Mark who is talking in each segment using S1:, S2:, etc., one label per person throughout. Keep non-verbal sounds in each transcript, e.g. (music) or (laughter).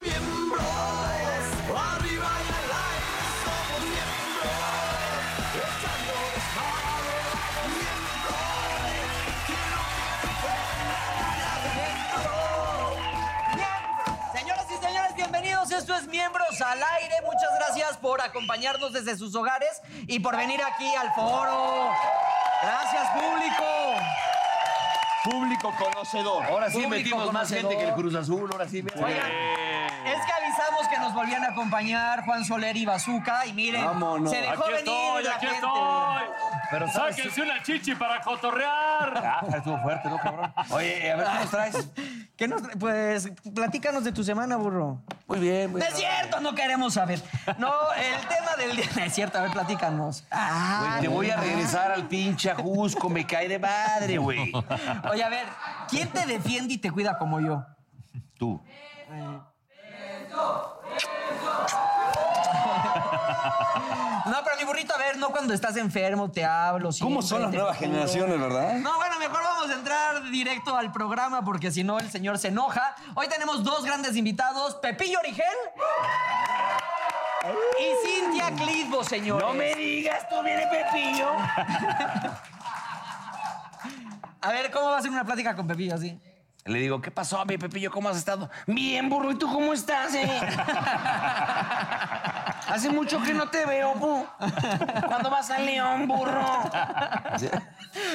S1: Miembros, arriba y al aire somos miembros, echando desmadre, miembros, quiero
S2: Señoras y señores, bienvenidos. Esto es Miembros al Aire. Muchas gracias por acompañarnos desde sus hogares y por venir aquí al foro. Gracias, público.
S3: Público conocedor. Ahora sí
S2: Público
S3: metimos más
S2: conocedor.
S3: gente que el Cruz Azul, ahora sí. metimos-
S2: Oigan, es que avisamos que nos volvían a acompañar Juan Soler y Bazooka. Y miren,
S3: Vámonos.
S2: se dejó
S4: Aquí
S2: venir
S4: estoy,
S2: la
S4: aquí
S2: gente.
S4: estoy.
S3: Pero ¿sabes qué?
S4: Sáquense una chichi para cotorrear.
S3: Ah, estuvo fuerte, ¿no, cabrón? Oye, eh, a ver, ¿qué nos traes?
S2: ¿Qué nos tra- pues platícanos de tu semana, burro.
S3: Muy bien, muy
S2: No
S3: bien.
S2: es cierto, no queremos saber. No, el tema del día. (laughs) No es cierto, a ver, platícanos. Ah,
S3: Te voy a regresar al pinche Ajusco, me cae de madre, güey.
S2: Oye, a ver, ¿quién te defiende y te cuida como yo? Eh.
S3: Tú.
S2: No, pero mi burrito, a ver, no cuando estás enfermo, te hablo.
S3: ¿Cómo
S2: siempre,
S3: son las
S2: te
S3: nuevas
S2: juro.
S3: generaciones, verdad?
S2: No, bueno, mejor vamos a entrar directo al programa porque si no el señor se enoja. Hoy tenemos dos grandes invitados, Pepillo Origel y Cintia Clitbo, señores.
S3: No me digas, tú viene Pepillo.
S2: A ver, ¿cómo va a ser una plática con Pepillo así?
S3: Le digo, ¿qué pasó, mi Pepillo? ¿Cómo has estado? Bien, burro, ¿y tú cómo estás, eh? Hace mucho que no te veo, pu. ¿Cuándo vas a León, burro?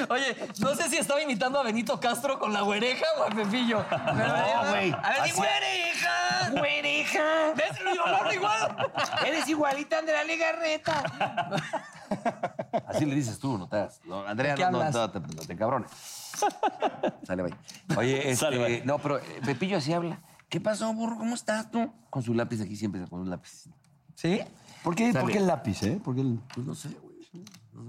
S2: Oye, no sé si estaba imitando a Benito Castro con la güereja o a Pepillo. Pero,
S3: No, güey.
S2: A ver, di
S3: Hacía-
S2: güereja.
S3: ¡Güereja!
S2: ¿Ves? Yo hablo igual.
S3: Eres igualita a Andrea Legarreta. Así le dices tú, no te hagas. No, Andrea,
S2: ¿De qué
S3: no, no,
S2: hablas?
S3: no, te, no te encabrones. Sale, bye. Oye, este,
S4: Sale, bye.
S3: no, pero eh, Pepillo así habla. ¿Qué pasó, burro? ¿Cómo estás tú? Con su lápiz aquí siempre, con un lápiz.
S2: ¿Sí?
S3: ¿Por qué, el lápiz, eh? no sé, güey.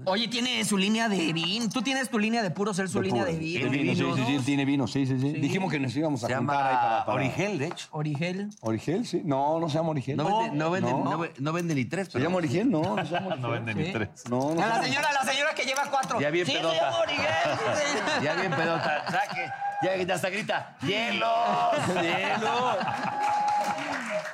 S2: Oye, tiene su línea de vino. Tú tienes tu línea de puro ser su línea de
S3: De
S2: vino.
S3: vino, sí, sí, sí,
S5: tiene vino, sí, sí, sí. Dijimos que nos íbamos a
S3: Se
S5: juntar ahí
S3: llama
S5: para, para-
S3: Origel, de hecho.
S2: Origel.
S5: Origel, sí. No, no se llama Origel.
S3: No, vende, no, vende,
S5: no.
S3: no ve- no vende ni tres,
S5: ¿Se llama Origel? No, no se llama Origel.
S4: No venden
S2: Sí.
S4: ni tres.
S5: No, no
S2: A
S5: se
S2: la
S5: llama-
S2: señora, a la señora que lleva cuatro.
S3: Ya bien
S2: sí, se
S3: pedota.
S2: llama Origel. sí, sí.
S3: Ya bien pedota, saque. Ya hasta grita, ¡hielos! ¡Hielos!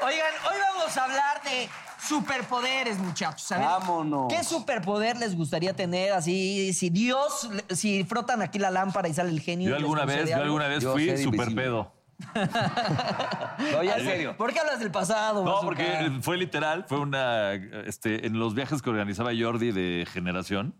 S2: Oigan, hoy vamos a hablar de superpoderes, muchachos. A ver,
S5: Vámonos.
S2: ¿Qué superpoder les gustaría tener así? Si Dios, si frotan aquí la lámpara y sale el genio.
S4: Yo alguna
S2: ¿les
S4: vez,
S2: sucede
S4: yo
S2: algo?
S4: alguna vez
S3: Yo
S4: fui
S3: ser
S4: super
S3: invisible.
S4: pedo.
S3: No, ya en
S2: ¿Por qué-
S3: serio.
S2: ¿Por qué hablas del pasado?
S4: No,
S2: bazooka?
S4: porque eh, fue literal, fue una, este, en los viajes que organizaba Jordi de generación,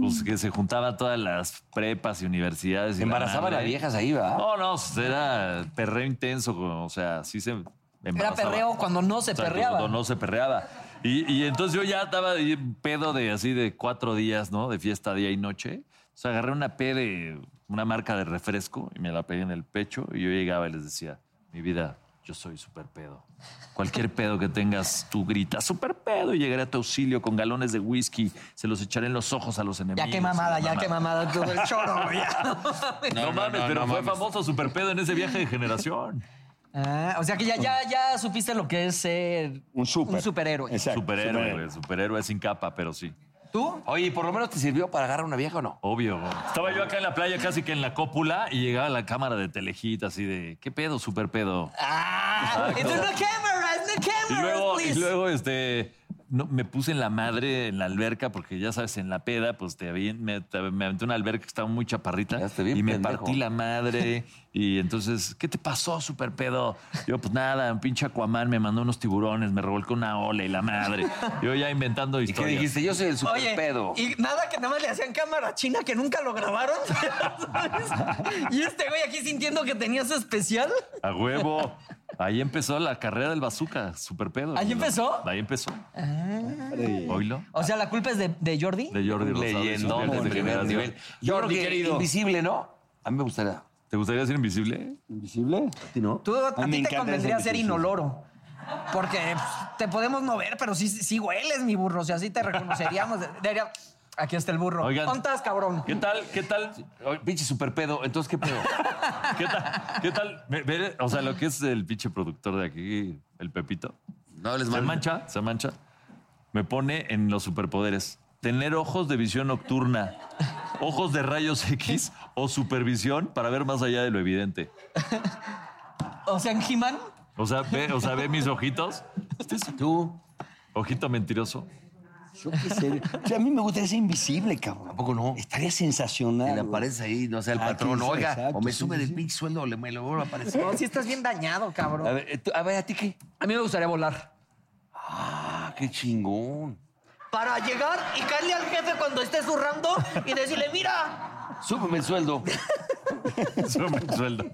S4: pues que se juntaban todas las prepas y universidades. y
S3: Se embarazaban
S4: madre.
S3: las viejas ahí, ¿verdad?
S4: No, no, era perreo intenso, o sea, sí se
S2: Era
S4: embarazaba.
S2: perreo cuando no se
S4: O sea,
S2: perreaba.
S4: cuando no se perreaba. Y, y entonces yo ya estaba ahí en pedo de así de cuatro días, ¿no? De fiesta día y noche. O sea, agarré una P de una marca de refresco y me la pegué en el pecho y yo llegaba y les decía, mi vida, yo soy super pedo. Cualquier pedo que tengas, tú gritas, super pedo, y llegaré a tu auxilio con galones de whisky, se los echaré en los ojos a los enemigos.
S2: Ya qué mamada,
S4: Y la
S2: ya qué mamada todo el choro, güey.
S4: (laughs) No, mames, pero fue famoso super pedo en ese viaje de generación.
S2: Ah, o sea que ya, ya, ya supiste lo que es ser
S5: Un super.
S2: superhéroe.
S5: Exacto,
S4: superhéroe, güey, superhéroe sin capa, pero sí.
S2: ¿Tú?
S3: Oye, ¿y ¿por lo menos te sirvió para agarrar una vieja o no?
S4: Obvio. güey. Estaba yo acá en la playa, casi que en la cópula, y llegaba la cámara de telejita, así de, ¿qué pedo, super pedo?
S2: Ah, pues. it's in the camera, it's in the
S4: Y
S2: camera,
S4: luego, y
S2: please.
S4: luego, este, no, me puse en la madre en la alberca, porque ya sabes, en la peda, pues te avien- me, te- me aventé una alberca que estaba muy chaparrita
S3: Quedaste bien
S4: y me
S3: pendejo.
S4: partí la madre. y entonces, ¿qué te pasó, super pedo? Yo, pues nada, un pinche Aquaman me mandó unos tiburones, me revolcó una ola y la madre. Yo ya inventando
S3: ¿Y qué
S4: historias.
S3: dijiste? Yo soy el super
S2: Oye,
S3: pedo.
S2: y nada que nada más le hacían cámara china que nunca lo grabaron. (laughs) ¿sabes? y este güey aquí sintiendo que tenía su especial.
S4: A huevo. Ahí empezó la carrera del bazooka, super pedo.
S2: ¿Ahí empezó?
S4: Ahí empezó.
S3: Ah.
S4: Oilo.
S2: O sea, la culpa es de, de Jordi.
S4: De Jordi Rosado. y sus
S3: Leyendón
S4: grandes
S3: de primer
S4: generación.
S3: nivel. Yo creo
S4: Jordi,
S3: que
S4: querido.
S3: invisible, ¿no? A mí me gustaría.
S4: ¿Te gustaría ser invisible?
S5: ¿Invisible?
S2: Tú a,
S5: A mí me
S2: ti te
S5: encanta
S2: convendría
S5: ese
S2: ser
S5: ejercicio.
S2: inoloro. Porque pues, te podemos mover, pero sí, sí hueles, mi burro. O sea, sí te reconoceríamos. Diría, aquí está el burro.
S4: Oigan.
S2: ¿Ontas, cabrón?
S4: ¿Qué tal? ¿Qué tal?
S3: Ay, Pinche super pedo. Entonces, ¿qué pedo?
S4: ¿Qué tal? ¿Qué tal? Ve- ve- o sea, lo que es el pinche productor de aquí, el Pepito.
S3: No les
S4: Se
S3: mando.
S4: mancha, se mancha. Me pone en los superpoderes. Tener ojos de visión nocturna, ojos de rayos X o supervisión para ver más allá de lo evidente.
S2: O sea, en He-Man.
S4: O sea, ve, o sea, ve mis ojitos.
S3: Tú.
S4: Ojito mentiroso.
S5: Yo qué sé. O sea, a mí me gustaría ser invisible, cabrón.
S3: Tampoco no.
S5: Estaría sensacional.
S3: Que le
S5: güey.
S3: aparece ahí, no sé, el
S5: Ah, quién
S3: patrón,
S5: sabe,
S3: oiga,
S5: exacto,
S3: o me
S5: sí,
S3: sube
S5: sí,
S3: del
S5: sí.
S3: pinche sueldo, o le, me lo vuelvo a aparecer.
S2: No, sí estás bien dañado,
S3: (laughs)
S2: cabrón.
S3: A ver, eh, tú- a ver, ¿a ti qué?
S2: A mí me gustaría volar.
S3: Ah, qué chingón.
S2: Para llegar y caerle al jefe cuando esté zurrando y decirle, mira,
S3: Súbeme el sueldo.
S4: Sube el sueldo.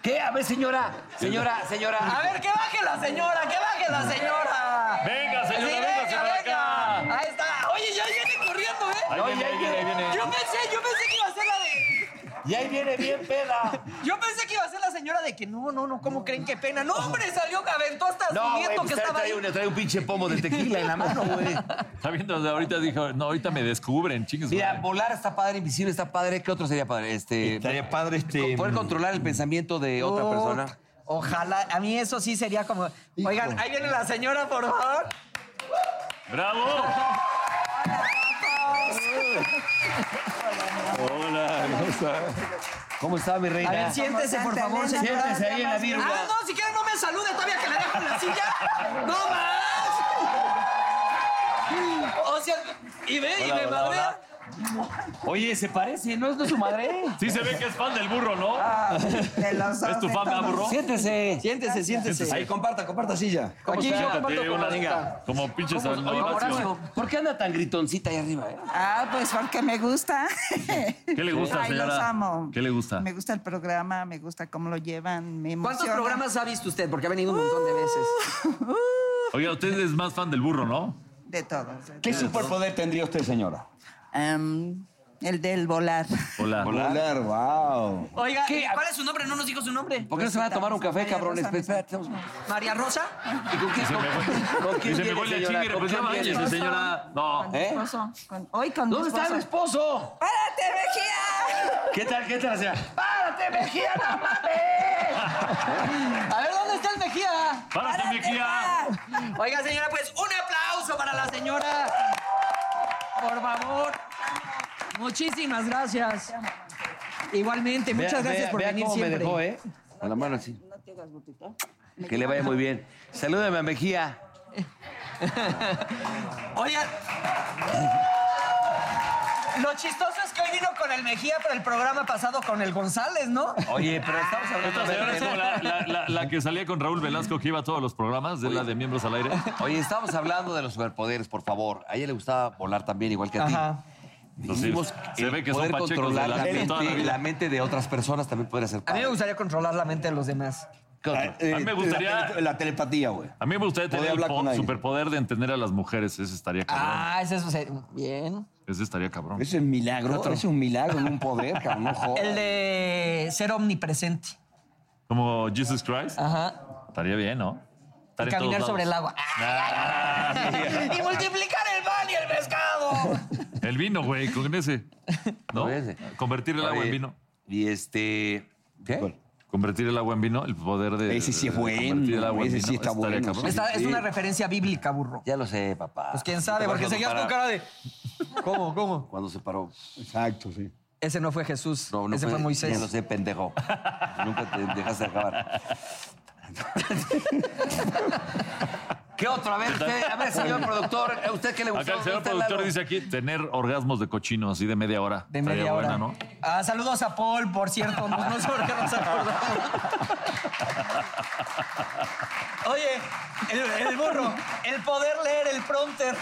S3: ¿Qué? A ver, señora, señora, señora.
S2: a ver, que baje la señora, que baje la señora.
S4: Venga, señora,
S2: Sí,
S4: véngase para acá.
S2: Ahí está. Oye, ya viene corriendo, ¿eh?
S4: Ahí viene, ahí viene, ahí viene.
S2: Yo pensé, yo pensé que iba a ser la de.
S3: Y ahí viene bien peda.
S2: Yo pensé que iba a ser la señora de que no, no, no, ¿cómo creen? Qué pena. No, hombre, salió, aventó hasta su
S3: No, güey,
S2: nieto
S3: pues
S2: que
S3: trae,
S2: estaba ahí.
S3: trae un, trae un pinche pomo de tequila en la mano, güey.
S4: Está viendo, O sea, ahorita dijo, no, ahorita me descubren, chingues.
S3: Mira,
S4: madre.
S3: volar está padre, invisible está padre. ¿Qué otro sería padre? Este, mm,
S5: Estaría padre este.
S3: co- Poder controlar el pensamiento de otra
S2: Oh,
S3: persona.
S2: Ojalá, a mí eso sí sería como, oigan, ahí viene la señora, por favor.
S4: ¡Bravo! Hola.
S3: ¿Cómo está, mi reina?
S2: A ver, siéntese, por favor, señora.
S3: Siéntese ahí en la virula.
S2: Ah, no, si quieren no me salude todavía que la dejo en la silla. ¡No más! O sea, y ve, y me
S4: hola,
S2: madrea.
S4: hola.
S3: Oye, se parece, ¿no es de su madre?
S4: Sí se ve que es fan del burro, ¿no? ¿Es tu fan, ah, burro?
S3: Siéntese.
S2: Siéntese, siéntese.
S5: Ahí, comparta, comparta silla.
S2: Aquí yo comparto con la venga.
S4: Como pinches al
S3: Horacio, ¿por qué anda tan gritoncita ahí arriba? eh?
S6: Ah, pues porque me gusta.
S4: ¿Qué le gusta,
S6: Ay,
S4: señora?
S6: los amo.
S4: ¿Qué le gusta?
S6: Me gusta el programa, me gusta cómo lo llevan, me
S2: ¿Cuántos
S6: emociona.
S2: programas ha visto usted? Porque ha venido un montón de veces.
S4: Oiga, usted es más fan del burro, ¿no?
S6: De todos. de
S5: ¿Qué
S6: todos.
S5: superpoder tendría usted, señora?
S6: Em, el del volar.
S4: Hola.
S5: Volar, wow.
S2: Uh, Oiga,
S3: ¿Qué?
S2: ¿y ¿cuál es su nombre? No nos dijo su nombre.
S3: ¿Por qué no se van a tomar un café,
S6: María
S3: cabrones? pues,
S6: Rosa,
S3: Espera, tenemos-
S2: María Rosa.
S3: ¿Y con quién?
S4: Se me fue.
S3: ¿Con quién
S4: Y se me
S3: viene,
S4: fue la
S3: señora?
S4: chingre,
S3: ¿Con
S4: pues ya
S3: quién viene?
S4: váyase, señora. No.
S6: Con mi
S3: ¿Eh?
S6: esposo, con- hoy con mi
S3: ¿Dónde está
S6: esposo.
S3: el esposo?
S6: ¡Párate, Mejía!
S3: ¿Qué tal, qué tal, señora?
S6: ¡Párate, Mejía, no mames!
S2: A ver, ¿dónde está el Mejía?
S4: ¡Párate, mi guía!
S2: Oiga, señora, pues un aplauso para la señora. Por favor. Muchísimas gracias. Igualmente, muchas gracias por venir siempre.
S3: ¿eh? A la mano así.
S6: No te hagas botito.
S3: Que le vaya muy bien. Salúdame a Mejía.
S2: Oigan. Lo chistoso es que hoy vino con el Mejía, pero el programa pasado con el González, ¿no?
S3: Oye, pero estamos hablando
S4: Esta señora es como la, la- la- la que salía con Raúl Velasco, que iba a todos los programas, de la de Miembros al Aire.
S3: Oye, estamos hablando de los superpoderes, por favor. A ella le gustaba volar también, igual que a ti.
S2: Ajá.
S3: Dijimos
S4: Se
S3: el
S4: ve que son
S3: poder
S4: pachecos de
S3: controlar
S4: la
S3: la,
S4: mente toda la
S3: mente,
S4: vida.
S3: la mente de otras personas también podría ser
S2: A mí
S3: padre.
S2: me gustaría controlar la mente de los demás.
S3: ¿Qué otro?
S4: A mí me gustaría-
S5: Eh, La, tele- la telepatía, güey.
S4: A mí me gustaría tener
S5: Podía
S4: el
S5: hablar
S4: po-
S5: con alguien.
S4: superpoder de entender a las mujeres. Ese estaría cabrón.
S2: Ah, ese es bien.
S4: Ese estaría cabrón.
S5: Ese es un milagro.
S3: Otro.
S5: Ese es un milagro, no un poder, cabrón. No
S3: (laughs)
S5: jodas.
S2: El de ser omnipresente.
S4: Como Jesus Christ.
S2: Ajá.
S4: Estaría bien, ¿no?
S2: Y
S4: Estar en
S2: caminar
S4: todos
S2: sobre el
S4: lados. Ah.
S2: agua. y multiplicar el pan y el pescado.
S4: El vino, güey, con ese. ¿No?
S3: Con ese.
S4: Convertir el agua
S3: Oye,
S4: en vino.
S3: Y este. ¿Qué?
S5: Bueno.
S4: Convertir el agua en vino, el poder de.
S5: Ese sí es
S4: de Convertir el
S5: bueno,
S4: agua en
S5: ese
S4: vino.
S5: sí está
S4: estaría
S5: bueno,
S4: cabrón.
S5: sí.
S2: Esta es una referencia bíblica, burro.
S3: Ya lo sé, papá.
S2: Pues quién sabe, porque seguías con cara de. ¿Cómo, cómo?
S3: Cuando se paró.
S5: Exacto, sí.
S2: Ese no fue Jesús,
S3: No, no
S2: ese fue
S3: Ya lo
S2: Moisés.
S3: sé, pendejo. Nunca te dejaste acabar. (laughs) ¿Qué otro? A ver, usted, a ver, señor productor, ¿a usted qué le gustó? Este
S4: Acá el señor
S3: Usted,
S4: productor
S3: Lalo.
S4: dice aquí tener orgasmos de cochino así de media hora.
S2: De
S4: Estaría
S2: media hora.
S4: buena, ¿no?
S2: Ah, saludos a Paul, por cierto. No, no sé por qué nos acordamos. Oye, el, el burro, el poder leer el prompter.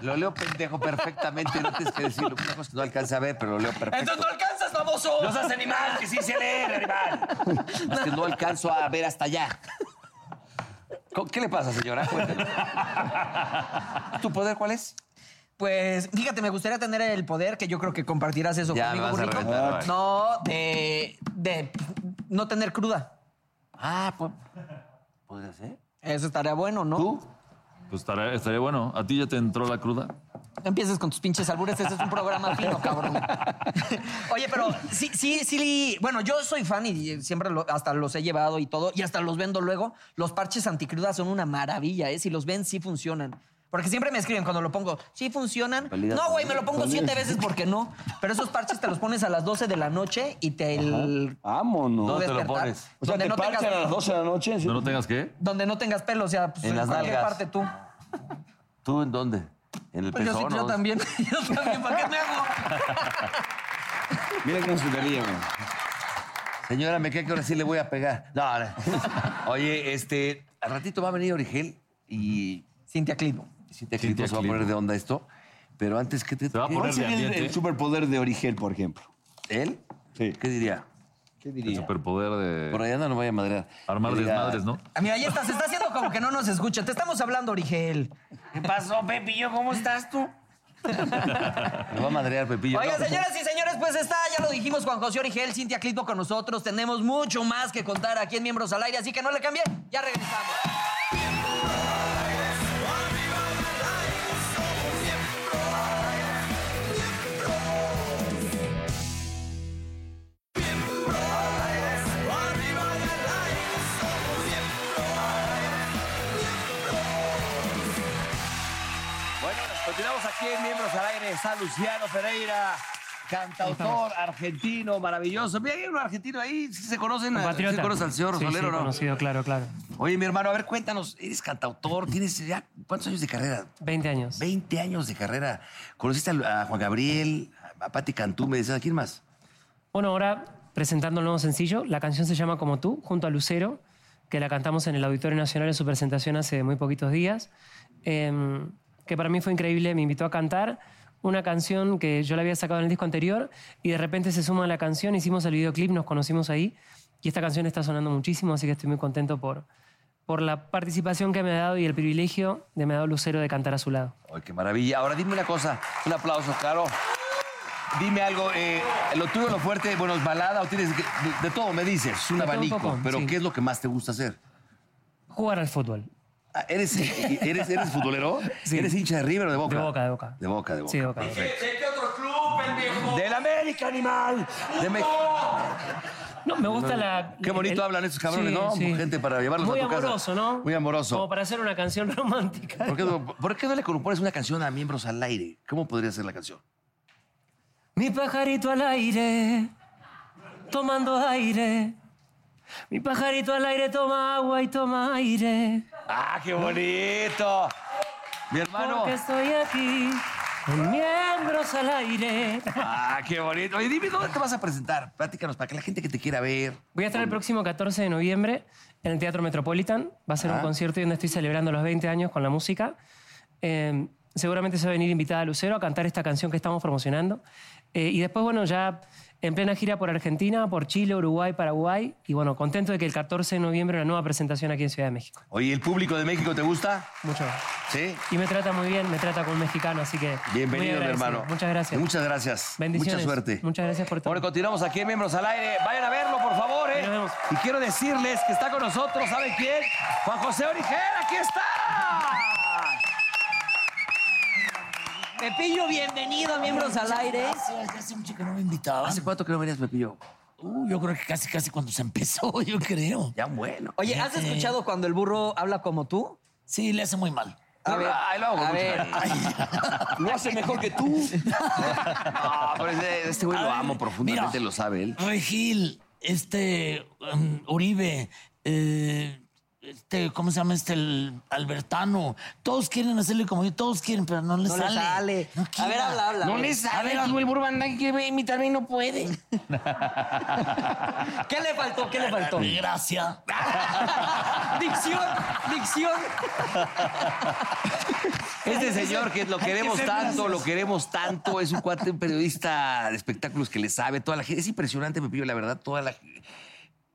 S3: Lo leo pendejo perfectamente, no tienes que decirlo. Una cosa que no alcanza a ver, pero lo leo perfecto.
S2: Entonces no alcanzas, famoso.
S3: No seas animal, que sí se lee, animal. Es que no alcanzo a ver hasta allá. Co- ¿Qué le pasa, señora? Cuéntelo. ¿Tu poder cuál es?
S2: Pues fíjate, me gustaría tener el poder, que yo creo que compartirás eso
S3: Ya,
S2: conmigo,
S3: me vas a
S2: burrito.
S3: reventar, vaya.
S2: no, de, de no tener cruda.
S3: Ah, pues. ¿Podría ser?
S2: Eso estaría bueno, ¿no?
S3: ¿Tú?
S4: Pues estaría, estaría bueno. ¿A ti ya te entró la cruda?
S2: No empieces con tus pinches albures, este es un programa fino, cabrón. (laughs) Oye, pero sí, sí, sí. Bueno, yo soy fan y siempre lo- hasta los he llevado y todo, y hasta los vendo luego. Los parches anticrudas son una maravilla, ¿eh? Si los ven, sí funcionan. Porque siempre me escriben cuando lo pongo, sí funcionan.
S3: Valida
S2: no, güey, me lo pongo
S5: Valida.
S2: siete veces porque no. Pero esos parches te los pones a las 12 de la noche y te el.
S5: Vámonos.
S2: no
S3: te lo
S2: despertar.
S3: pones?
S5: o sea,
S2: Donde
S5: te
S2: no
S5: parchan
S2: tengas-
S5: a las 12 de la noche.
S4: ¿No no tengas ¿eh? qué?
S2: Donde no tengas pelo, o sea, pues,
S3: En las
S2: cualquier
S3: nalgas.
S2: parte tú.
S3: ¿Tú en dónde? ¿En el
S2: Pues yo, sí,
S3: pezón?
S2: yo
S3: no?
S2: también, (laughs) yo también, ¿para qué me hago?
S5: Mira cómo se te ríe, güey.
S3: Señora, me queda que ahora sí le voy a pegar. No, no. (laughs) Oye, este, al ratito va a venir Origel y
S2: Cintia Clitbo.
S3: Cintia Clito se va a
S4: Clito.
S3: poner de onda esto. Pero antes, ¿qué te
S4: Se va a
S3: qué-
S5: ¿Cuál
S4: poner de
S5: sería el,
S4: ambiente.
S3: ¿eh?
S5: el superpoder de Origel, por ejemplo?
S3: ¿Él?
S5: Sí.
S3: ¿Qué diría?
S5: ¿Qué
S4: El
S5: diría?
S4: superpoder de
S3: Por allá no lo vaya a madrear.
S4: armar
S3: Que diga,
S4: desmadres, ¿no?
S2: Ah, Mira, ahí está, se está haciendo como que no nos escucha. Te estamos hablando, Origel.
S3: ¿Qué pasó, Pepillo? ¿Cómo estás tú? Me va a madrear, Pepillo.
S2: Oigan,
S3: No.
S2: señoras y señores, pues está, ya lo dijimos, Juan José Origel, Cintia Clitbo con nosotros. Tenemos mucho más que contar aquí en Miembros al Aire, así que no le cambien, ya regresamos.
S3: Bueno, continuamos aquí en Miembros al Aire. Está Luciano Pereira, cantautor argentino, maravilloso. Mira, hay un argentino ahí. ¿Sí se conocen? a- ¿Sí
S7: Patriota.
S3: conoces al señor
S7: sí,
S3: Solero,
S7: sí,
S3: no?
S7: conocido, claro, claro.
S3: Oye, mi hermano, a ver, cuéntanos. Eres cantautor, tienes ya cuántos años de carrera?
S7: 20 años.
S3: 20 años de carrera. ¿Conociste a, a Juan Gabriel, a, a Patti Cantú, me decías, ¿a quién más?
S7: Bueno, ahora presentando el nuevo sencillo, la canción se llama Como tú, junto a Lucero, que la cantamos en el Auditorio Nacional en su presentación hace muy poquitos días, eh, que para mí fue increíble, me invitó a cantar una canción que yo la había sacado en el disco anterior y de repente se suma a la canción, hicimos el videoclip, nos conocimos ahí y esta canción está sonando muchísimo, así que estoy muy contento por, por la participación que me ha dado y el privilegio de me ha dado Lucero de cantar a su lado.
S3: Ay, qué maravilla. Ahora dime una cosa, un aplauso, claro. Dime algo, eh, lo tuyo, lo fuerte, bueno, es balada o tienes que- de, de todo me dices, es un
S7: De todo un
S3: abanico,
S7: poco,
S3: pero
S7: sí.
S3: ¿qué es lo que más te gusta hacer?
S7: Jugar al fútbol.
S3: Ah,
S7: (laughs)
S3: ¿eres, eres, eres futbolero?
S7: Sí.
S3: ¿Eres hincha de River o de Boca?
S7: De Boca, de Boca.
S3: De Boca, de Boca.
S7: Sí, de Boca.
S3: ¡Del América, animal! De México.
S7: No, me gusta la.
S3: Qué bonito
S7: el-
S3: hablan esos cabrones,
S7: Sí,
S3: ¿no?
S7: sí.
S3: Gente para llevarlos
S7: Muy
S3: a tu casa.
S7: amoroso, ¿no?
S3: Muy amoroso.
S7: Como para hacer una canción (laughs) romántica.
S3: ¿Por qué, no- por qué no le compones una canción a miembros al aire? ¿Cómo podría ser la canción?
S7: Mi pajarito al aire, tomando aire. Mi pajarito al aire toma agua y toma aire.
S3: ¡Ah, qué bonito! Mi hermano.
S7: Porque estoy aquí, con miembros al aire.
S3: ¡Ah, qué bonito! Oye, dime dónde te vas a presentar. Platícanos para que la gente que te quiera ver.
S7: Voy a estar el próximo 14 de noviembre en el Teatro Metropolitan. Va a ser
S3: Ah.
S7: un concierto y donde estoy celebrando los 20 años con la música. Eh, seguramente se va a venir invitada a Lucero a cantar esta canción que estamos promocionando. Eh, y después, bueno, ya en plena gira por Argentina, por Chile, Uruguay, Paraguay. Y bueno, contento de que el 14 de noviembre una nueva presentación aquí en Ciudad de México.
S3: Oye, ¿el público de México te gusta?
S7: Mucho.
S3: Sí.
S7: Y me trata muy bien, me trata como un mexicano, así que... muy
S3: Bienvenido, mi
S7: agradecido.
S3: hermano.
S7: Muchas gracias.
S3: Muchas gracias.
S7: Bendiciones.
S3: Mucha suerte.
S7: Muchas gracias por todo.
S3: Bueno, continuamos aquí en Miembros al Aire. Vayan a verlo, por favor, ¿eh?
S7: Ahí nos vemos.
S3: Y quiero decirles que está con nosotros, ¿saben quién? Juan José Origel, aquí está.
S2: Pepillo, bienvenido a Miembros al Aire.
S8: Gracias, ya hace mucho que no me invitaban.
S3: ¿Hace cuánto que no venías, Pepillo?
S8: Uh, yo creo que casi, casi cuando se empezó, (laughs) yo creo.
S3: Ya bueno.
S2: Oye, ¿has
S8: Fíjate.
S2: escuchado cuando el burro habla como tú?
S8: Sí, le hace muy mal.
S2: A ver,
S3: Ahí lo hago con
S2: a
S3: mucho
S2: ver.
S3: cariño. (laughs)
S5: Lo hace mejor que
S2: (laughs)
S5: tú.
S3: No, pero este- este güey
S8: A
S3: lo
S8: ver,
S3: amo profundamente,
S8: mira.
S3: lo sabe él.
S8: Regil, este, um, Uribe, em, eh, este, ¿cómo se llama este? El Albertano. Todos quieren hacerle como yo, todos quieren, pero no le
S2: No le
S8: sale.
S2: sale.
S8: No
S2: A
S8: quiera.
S2: ver, habla, habla.
S8: No
S2: A ver.
S8: le sale.
S2: A ver,
S8: Abel Burban, nadie quiere imitarme y no puede.
S2: ¿Qué le faltó? ¿Qué le faltó?
S8: Gracias.
S2: Dicción, dicción.
S3: Este señor que lo queremos tanto, lo queremos tanto, es un cuate, un periodista de espectáculos que le sabe toda la gente. Es impresionante, Pepillo, la verdad, toda la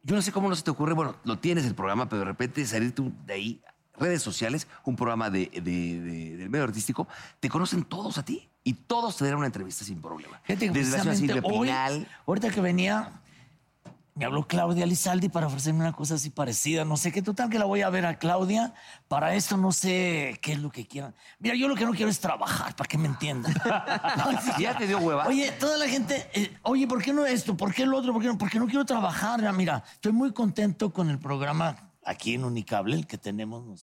S3: Yo no sé cómo no se te ocurre, bueno, lo tienes el programa, pero de repente salirte un- de ahí, redes sociales, un programa de, de- de- del medio artístico, te conocen todos a ti y todos te dan una entrevista sin problema.
S8: Fíjate que
S3: Desde la
S8: precisamente
S3: Silvia
S8: hoy,
S3: Pinal.
S8: ahorita que venía, me habló Claudia Lizaldi para ofrecerme una cosa así parecida. No sé qué, total que la voy a ver a Claudia. Para esto no sé qué es lo que quieran. Mira, yo lo que no quiero es trabajar, para que
S3: (laughs)
S8: me entiendan.
S3: Ya te dio hueva.
S8: Oye, toda la gente, eh, oye, ¿por qué no esto? ¿Por qué lo otro? ¿Por qué no? Porque no quiero trabajar. Ya, Mira, estoy muy contento con el programa aquí en Unicable, el que tenemos nosotros.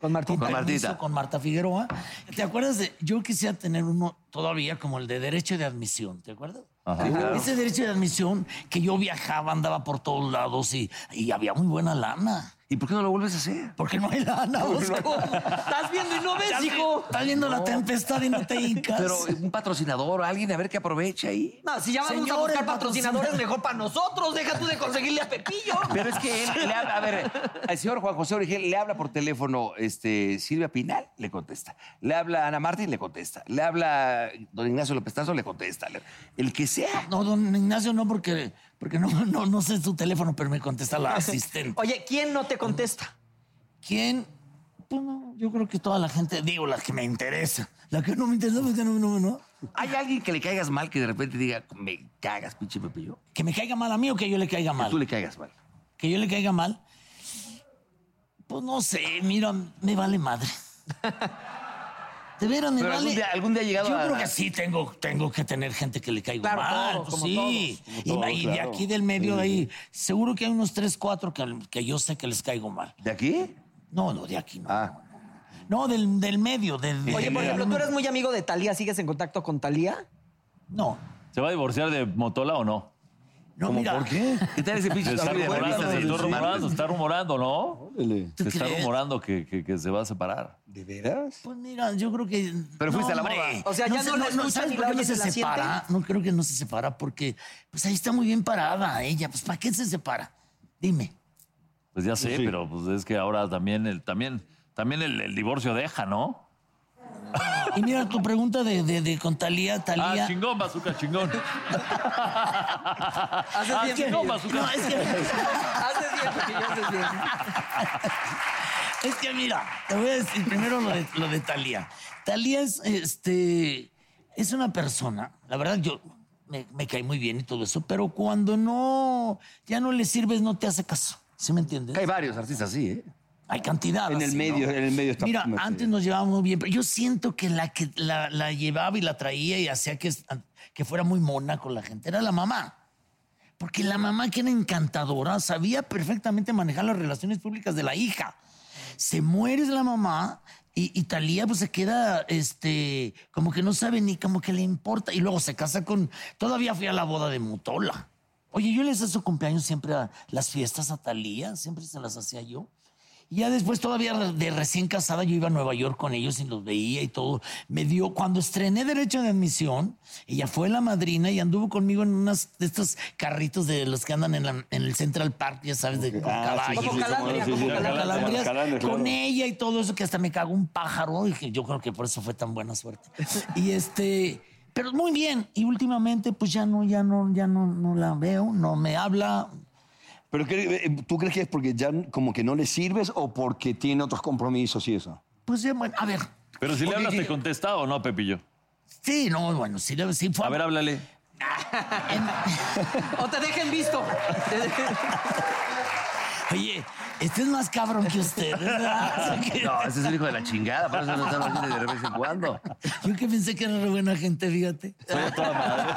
S8: Con Martita. Con,
S3: Martita.
S8: permiso, con Marta Figueroa. ¿Te acuerdas de.? Yo quisiera tener uno todavía como el de derecho de admisión, ¿te acuerdas?
S3: Ajá. Sí, claro.
S8: Ese derecho de admisión que yo viajaba, andaba por todos lados y, y había muy buena lana.
S3: ¿Y por qué no lo vuelves a hacer?
S8: Porque no hay lana, Bosco.
S2: Estás viendo y no ves,
S8: Estás-
S2: hijo.
S8: Estás viendo la tempestad y no te hincas.
S3: Pero un patrocinador, alguien, a ver que aproveche ahí.
S2: No, si ya vamos a
S8: Señores,
S2: buscar patrocinadores,
S8: patrocinadores.
S2: mejor para nosotros. Deja tú de conseguirle a Pepillo.
S3: Pero es que él le habla, a ver, al señor Juan José Origel le habla por teléfono este, Silvia Pinal, le contesta. Le habla Ana Martín, le contesta. Le habla don Ignacio López Tarso, le contesta. Le- El que sea.
S8: No, don Ignacio, no, porque, porque no, no, no sé tu teléfono, pero me
S3: (laughs)
S8: contesta la asistente.
S2: Oye, ¿quién no te contesta?
S8: ¿Quién? Pues no, yo creo que toda la gente, digo, la que me interesa. La que no me interesa, pues que no, no, no.
S3: ¿Hay alguien que le caigas mal que de repente diga, me cagas, pinche Pepillo?
S8: Que me caiga mal a mí o que yo le caiga
S3: Que tú
S8: mal.
S3: le caigas mal.
S8: Que yo le caiga mal. Pues no sé, mira, me vale madre. De veras, me
S3: Pero
S8: vale.
S3: algún día- algún día ha llegado
S8: Yo
S3: a-
S8: creo que sí tengo, tengo que tener gente que le caiga
S2: Claro,
S8: mal.
S2: todos,
S8: pues
S2: como
S8: sí.
S2: todos,
S8: y y de aquí del medio de ahí, seguro que hay unos tres, cuatro que, que yo sé que les caigo mal.
S3: ¿De aquí?
S8: No, no, de aquí no.
S3: Ah.
S8: No, del, del medio. del-
S2: Oye,
S8: del-
S2: por ejemplo, tú eres muy amigo de Talía. ¿Sigues en contacto con Talía?
S8: No,
S4: ¿Se va a divorciar de Motola o no?
S8: no, (laughs) mira.
S3: ¿Qué tal ese pinche
S4: Está
S3: de
S4: rumorando,
S3: revistas
S4: se
S3: de
S4: está
S3: Martín?
S4: rumorando, está rumorando, ¿no?
S8: ¿Tú
S4: Se está
S8: crees?
S4: rumorando que, que- que se va a separar.
S8: Pues mira, yo creo que.
S3: Pero fuiste a la boda.
S2: O sea, ya
S8: sé,
S2: no la escuchas
S8: ¿Sabes
S2: ni
S8: por
S2: la
S8: qué no
S2: oyes
S8: se
S2: ni la
S8: separa? No creo que no se separa porque, pues ahí está muy bien parada ella. Pues ¿para qué se separa? Dime.
S4: Pues ya sé, pero pues es que ahora también el, también, también el, el divorcio deja, ¿no?
S8: Y mira tu pregunta de, de, de con Talía, Talía.
S4: Ah, chingón, bazooka,
S8: (laughs)
S4: chingón. ah,
S8: Es que-
S4: chingón, bazooka.
S8: no, es que,
S2: Haces bien, Pepillo, haces bien.
S8: es que mira, te voy a decir primero lo de, lo de Talía. Talía es, este, es una persona, la verdad yo me, me cae muy bien y todo eso, pero cuando no, ya no le sirves, no te hace caso. ¿Sí me entiendes?
S3: Hay varios artistas así, ¿eh?
S8: Hay cantidad.
S3: En el
S8: así, ¿no?
S3: medio, en el medio está-
S8: Mira,
S3: me-
S8: antes nos llevábamos muy bien, pero yo siento que la que la, la llevaba y la traía y hacía que, que fuera muy mona con la gente era la mamá. Porque la mamá, que era encantadora, sabía perfectamente manejar las relaciones públicas de la hija. Se muere la mamá y, y Talía pues se queda, este, como que no sabe ni como que le importa. Y luego se casa con, todavía fui a la boda de Mutola. Oye, yo les hacía su cumpleaños siempre a las fiestas a Talía, siempre se las hacía yo. Y ya después, todavía de recién casada, yo iba a Nueva York con ellos y los veía y todo. Me dio, cuando estrené Derecho de Admisión, ella fue la madrina y anduvo conmigo en unas de estos carritos de los que andan en, la- en el Central Park, ya sabes, de con caballos.
S1: Ah, sí, sí, Como sí, Calandria, sí, sí, como sí, Calandria.
S8: Calandrias,
S1: Calandrias,
S8: Con
S1: claro.
S8: ella y todo eso, que hasta me cagó un pájaro. Y que yo creo que por eso fue tan buena suerte. Y este. Pero muy bien, y últimamente pues ya no, ya no, ya no, no la veo, no me habla,
S9: ¿Pero qué- eh, tú crees que es porque ya como que no le sirves o porque tiene otros compromisos y eso?
S8: Pues ya, bueno, a ver.
S4: Pero si le
S8: Ok,
S4: hablas,
S8: sí.
S4: ¿te contesta o no, Pepillo?
S8: Sí, no, bueno, sí, le- sí fue.
S4: A ver, háblale.
S2: O te dejen visto.
S8: Oye, este es más cabrón que usted,
S3: (laughs)
S8: ¿verdad?
S3: No, ese es el hijo de la chingada. Por eso no está hablando de vez en cuando.
S8: Yo que pensé que era re buena gente, fíjate.
S4: Soy a toda
S8: (laughs)
S4: madre.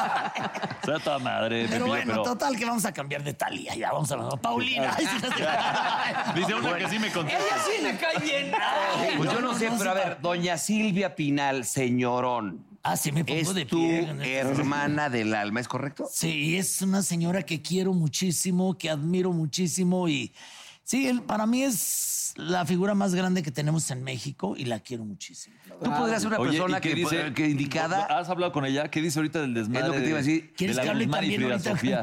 S4: Soy a toda madre,
S8: Pero
S4: Pepillo,
S8: bueno,
S4: pero-
S8: total, que vamos a cambiar de Talía, ya vamos a hablar. Paulina.
S3: (laughs)
S8: Ay, sí, no sé.
S4: Dice una que sí me contesta.
S2: Ella sí me cae bien.
S3: Pues yo no sé, pero a ver, doña Silvia Pinal, señorón.
S8: Ah, sí, me pongo
S3: es
S8: de
S3: tu
S8: pie en este-
S3: hermana del alma, ¿es correcto?
S8: Sí, es una señora que quiero muchísimo, que admiro muchísimo y sí, él- para mí es la figura más grande que tenemos en México y la quiero muchísimo.
S3: Tú podrías ser una
S4: Oye, ¿y
S3: persona
S4: qué
S3: que,
S4: dice?
S3: que indicada.
S4: ¿Has hablado con ella? ¿Qué dice ahorita del desmadre?
S3: Es lo que te iba a
S4: de-
S3: decir.
S4: de la Guzmán y Frida Sofía?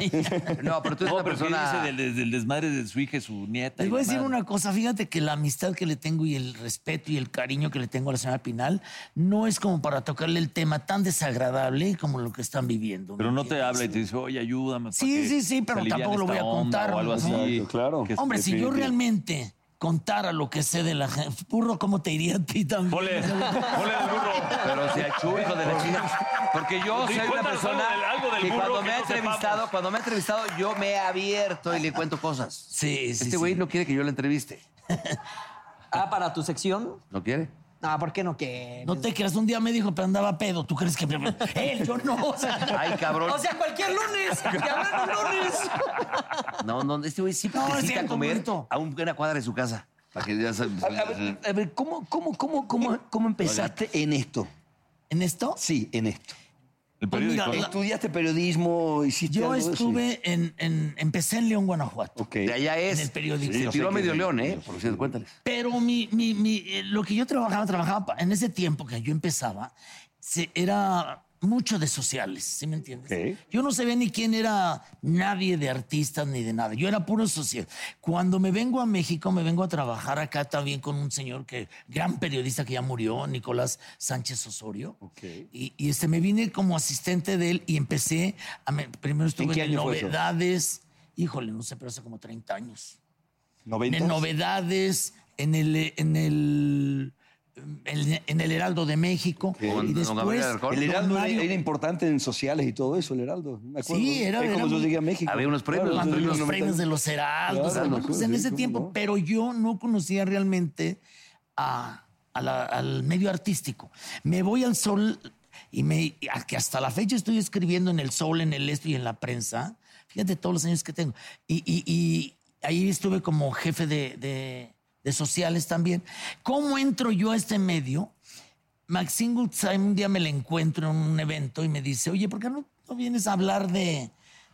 S3: No, pero tú eres
S4: No, pero ¿qué
S3: una persona.
S4: dice del, del- del desmadre de su hija y su nieta?
S8: Les
S4: y
S8: voy a decir
S4: demás?
S8: una cosa, fíjate que la amistad que le tengo y el respeto y el cariño que le tengo a la señora Pinal no es como para tocarle el tema tan desagradable como lo que están viviendo.
S4: Pero no te habla y te dice, oye, ayúdame. pa'
S8: Sí,
S4: que
S8: sí, sí,
S4: se
S8: pero
S4: aliviane
S8: tampoco lo
S4: esta
S8: voy a
S4: onda",
S8: contar,
S4: O algo
S8: ¿no?
S4: así.
S8: Exacto,
S9: claro.
S4: Que es
S8: Hombre, si yo
S4: definitivo.
S8: realmente contara lo que sé de la gente, burro, ¿cómo te iría a ti también?
S4: Ponle, ponle el burro.
S3: Pero si a Chu, hijo de la chingada. Porque yo
S4: Sí,
S3: soy una
S4: cuéntanos
S3: persona
S4: algo del- algo del
S3: que
S4: burro
S3: cuando
S4: que
S3: me ha
S4: no sepamos.
S3: entrevistado, cuando me ha entrevistado, yo me he abierto y le cuento cosas.
S8: Sí, sí,
S3: Este güey
S8: sí.
S3: no quiere que yo lo entreviste.
S2: Ah, para tu sección.
S3: ¿No quiere?
S2: Ah, ¿por qué no que?
S8: No te creas, un día me dijo, pero andaba pedo. ¿Tú crees que me- (laughs) él? Yo no. o sea,
S3: Ay, cabrón.
S2: O sea, cualquier lunes.
S9: (laughs)
S2: Te hablan un lunes.
S3: No, no, este güey sí
S8: No, es
S3: necesita
S8: cierto,
S3: comer
S8: burrito.
S3: a un- una cuadra de su casa. Para que ya sabes.
S9: A ver, ¿cómo, cómo, cómo,
S2: Eh,
S9: cómo, cómo empezaste en esto?
S8: ¿En esto?
S9: Sí, en esto.
S4: El
S8: Pues mira,
S4: periódico.
S8: la-
S9: ¿Estudiaste periodismo? ¿Hiciste
S8: yo
S9: algo de eso?
S8: estuve en, en- Empecé en León, Guanajuato.
S9: Ok.
S3: De allá es.
S8: En el periódico.
S3: Se
S9: yo
S3: tiró
S9: sé
S3: a
S9: que
S3: medio
S9: sí.
S3: león, ¿eh? Por cierto, cuéntales.
S8: Pero mi, mi- mi- eh, lo que yo trabajaba, trabajaba pa- en ese tiempo que yo empezaba, se- era mucho de sociales, ¿sí me entiendes?
S9: Ok.
S8: Yo no sabía ni quién era nadie de artistas ni de nada. Yo era puro social. Cuando me vengo a México, me vengo a trabajar acá también con un señor que, gran periodista que ya murió, Nicolás Sánchez Osorio. Y, y, este, me vine como asistente de él y empecé, a me- primero estuve
S9: qué
S8: en,
S9: año fue eso?
S8: novedades. Híjole, no sé, pero hace como 30 años
S9: ¿90?
S8: en novedades, en el, eh, en el, el- en el Heraldo de México.
S3: Con
S8: Y
S3: don Gabriel
S8: después,
S3: Alarcón.
S9: El
S8: don
S9: Heraldo era,
S8: Mario-
S9: era importante en sociales y todo eso, el Heraldo. Me acuerdo.
S8: Sí, era-
S9: Es como
S8: era
S9: yo
S8: muy-
S9: llegué a México.
S3: Había unos premios,
S9: Claro,
S3: los
S9: yo
S8: los
S9: llegué en
S8: premios de los Heraldos,
S9: Claro,
S8: bueno, pues
S9: sí,
S8: en ese
S9: cómo
S8: tiempo,
S9: no.
S8: pero yo no conocía realmente a- a la- al medio artístico. Me voy al sol y me y a- que hasta la fecha estoy escribiendo en el sol, en el esto y en la prensa. Fíjate todos los años que tengo. Y, y- y ahí estuve como jefe de, de- de sociales también. ¿Cómo entro yo a este medio? Maxine Gutzai un día me la encuentro en un evento y me dice, oye, ¿por qué no, no vienes a hablar de,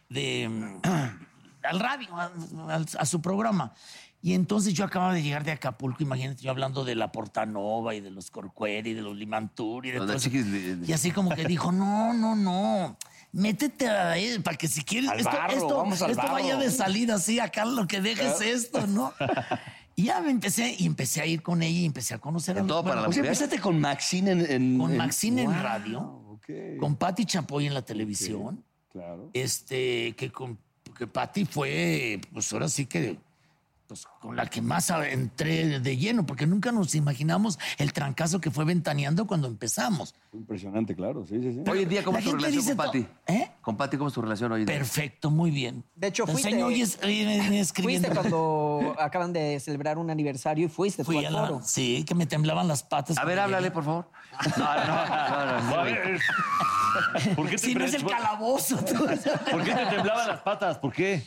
S8: de, mm, al radio, a, al- a su programa? Y entonces yo acababa de llegar de Acapulco, imagínate yo hablando de la Portanova y de los Corcuera y de los Limantur y de
S3: Los
S8: todo
S3: de
S8: eso.
S3: chiquis de- de-
S8: Y así como que dijo, no, no, no, métete a él para que si quieres,
S9: Al
S8: esto,
S9: barro,
S8: esto-
S9: vamos al
S8: esto
S9: barro".
S8: vaya de salida así, acá lo que dejes es esto, ¿no? Y ya me empecé, y empecé a ir con ella y empecé a conocer a
S3: De todo para la
S2: Pues
S9: O sea,
S3: mujer.
S9: empezaste con Maxine en... en-
S8: con
S3: Eh,
S9: en-
S8: Maxine en
S9: Wow,
S8: radio,
S9: ok.
S8: con Patti Chapoy en la televisión,
S9: Claro.
S8: este, que, con, que Patti fue, pues ahora sí que, pues, con la que más a- entré de lleno, porque nunca nos imaginamos el trancazo que fue ventaneando cuando empezamos.
S9: Fue Impresionante, claro. Sí, sí, sí.
S3: Hoy en día, ¿cómo
S8: La
S3: es tu
S8: gente
S3: relación
S8: dice
S3: con
S8: to-
S3: Pati?
S8: ¿Eh?
S3: Con Pati, ¿cómo es tu relación hoy? en día?
S8: Perfecto, muy bien.
S2: De hecho,
S8: Te
S2: fuiste-
S8: enseño hoy es- hoy venía escribiendo.
S2: Fuiste cuando acaban de celebrar un aniversario y fuiste tú
S8: Fui
S2: al
S8: a la-
S2: foro.
S8: sí, que me temblaban las patas.
S3: A ver,
S8: cuando
S3: háblale,
S8: llegué.
S3: por favor. No, no, no, no,
S4: A
S3: no,
S4: ver, ¿Por qué te
S8: Si no es el
S4: pre-
S8: calabozo. tú.
S4: ¿Por qué te temblaban las patas? ¿Por qué?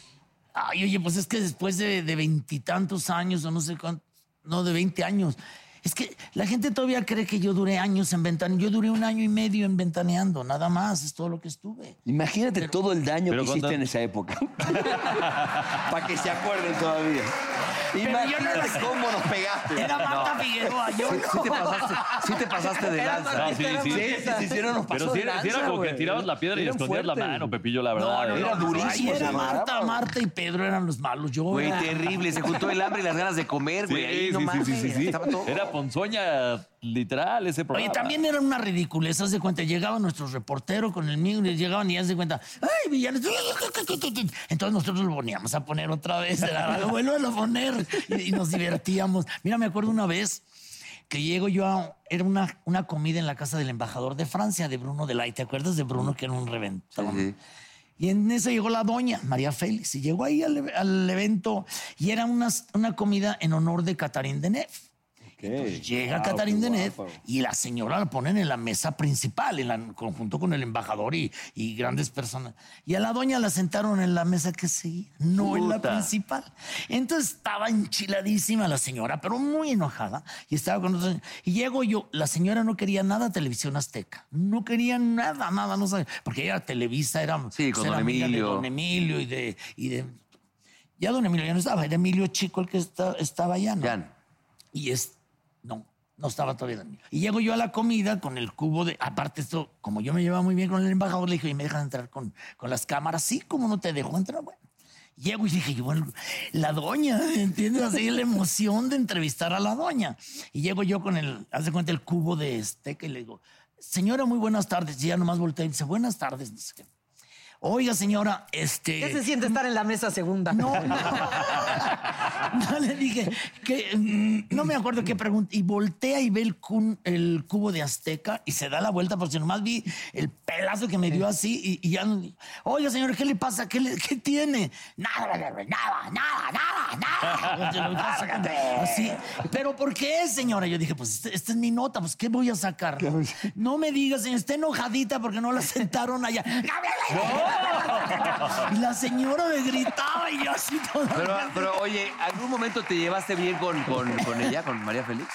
S8: Ay, oye, pues es que después de de veintitantos años, o no sé cuánto, no, de 20 años, es que la gente todavía cree que yo duré años en ventaneando. Yo duré un año y medio en ventaneando, nada más, es todo lo que estuve.
S9: Imagínate todo el daño
S4: Pero
S3: (laughs)
S9: que hiciste
S4: cuando-
S9: en esa época. Para que se acuerden todavía. Imagínate cómo nos pegaste.
S8: Era Marta
S9: No.
S8: Figueroa, yo
S9: Sí, sí
S8: no.
S9: te pasaste, sí te pasaste de
S8: Era
S9: lanza.
S8: Marta,
S9: No,
S8: era
S9: sí,
S8: Marta.
S9: sí, sí, sí, era unos
S4: Pero
S9: pasos
S4: sí
S9: de
S4: era, sí
S9: lanza,
S4: era como que
S9: güey.
S4: tirabas la piedra y
S9: Eran
S4: escondías la
S9: fuertes.
S4: mano, Pepillo, la verdad.
S9: No, no,
S4: ¿eh?
S9: no,
S8: Ay, era Marta, Marta y Pedro eran los malos. Yo
S4: Güey,
S8: era-
S3: Terrible, se juntó el hambre y las ganas de comer,
S4: Sí,
S3: güey. ahí no
S4: sí, sí,
S3: mames,
S4: sí, sí, sí.
S3: estaba todo.
S4: Era ponzoña literal ese programa.
S8: Oye, también era una ridiculez, haz de cuenta, llegaba nuestro reportero con el mío y llegaban y haz de cuenta, ¡ay, villanos! Entonces nosotros lo poníamos a poner otra vez, era, vuelvo a poner, y, y nos divertíamos. Mira, me acuerdo una vez que llego yo a, era una, una comida en la casa del embajador de Francia, de Bruno Delay, ¿te acuerdas de Bruno que era un reventón? Y en eso llegó la doña, María Félix, y llegó ahí al, al evento y era una, una comida en honor de Catherine Deneuve. Entonces
S3: Ah,
S8: llega
S9: Wow,
S8: Catherine
S9: qué
S8: Deneuve
S9: guapa.
S8: y la señora la ponen en la mesa principal, en la- conjunto con el embajador y, y grandes personas. Y a la doña la sentaron en la mesa que seguía, no en la
S9: Puta.
S8: principal. Entonces estaba enchiladísima la señora, pero muy enojada. Y estaba con nosotros. Y llego yo, la señora no quería nada de televisión azteca. No quería nada, nada, no sabía. Porque ella Televisa era, pues,
S3: Sí, con
S8: era
S3: don
S8: amiga de
S3: Emilio.
S8: don Emilio y de, y de- Ya don Emilio ya no estaba, era Emilio Chico el que esta- estaba allá, ¿no? Y es... No, no estaba todavía don Emilio. Y llego yo a la comida con el cubo de... Aparte esto, como yo me llevaba muy bien con el embajador, le dije, ¿y me dejan entrar con, con las cámaras? Sí, como no te dejó entrar, bueno. Llego y dije, yo, bueno, la doña, ¿entiendes? Así la emoción de entrevistar a la doña. Y llego yo con el, hace cuenta, el cubo de esteca y le digo, señora, muy buenas tardes. Y ya nomás voltea y dice, buenas tardes. no sé qué. Oiga, señora, este...
S2: ¿Qué se siente estar en la mesa segunda? (laughs) No,
S8: (laughs) No le dije que mm, no me acuerdo qué pregunta. Y voltea y ve el, cun- el cubo de Azteca y se da la vuelta porque nomás vi el pelazo que me dio así y, y ya. no- Oiga, señor, ¿qué le pasa? ¿Qué, le- qué tiene? Nada, nada, nada, nada, (laughs) nada. Así. Pero ¿por qué, señora? Yo dije, pues este- esta es mi nota, pues ¿qué voy a sacar? No me digas, señor, está enojadita porque no la sentaron allá. (laughs) Y la señora me gritaba y yo así todo.
S3: Pero, pero, oye, ¿algún momento te llevaste bien con, con, con ella, con María Félix?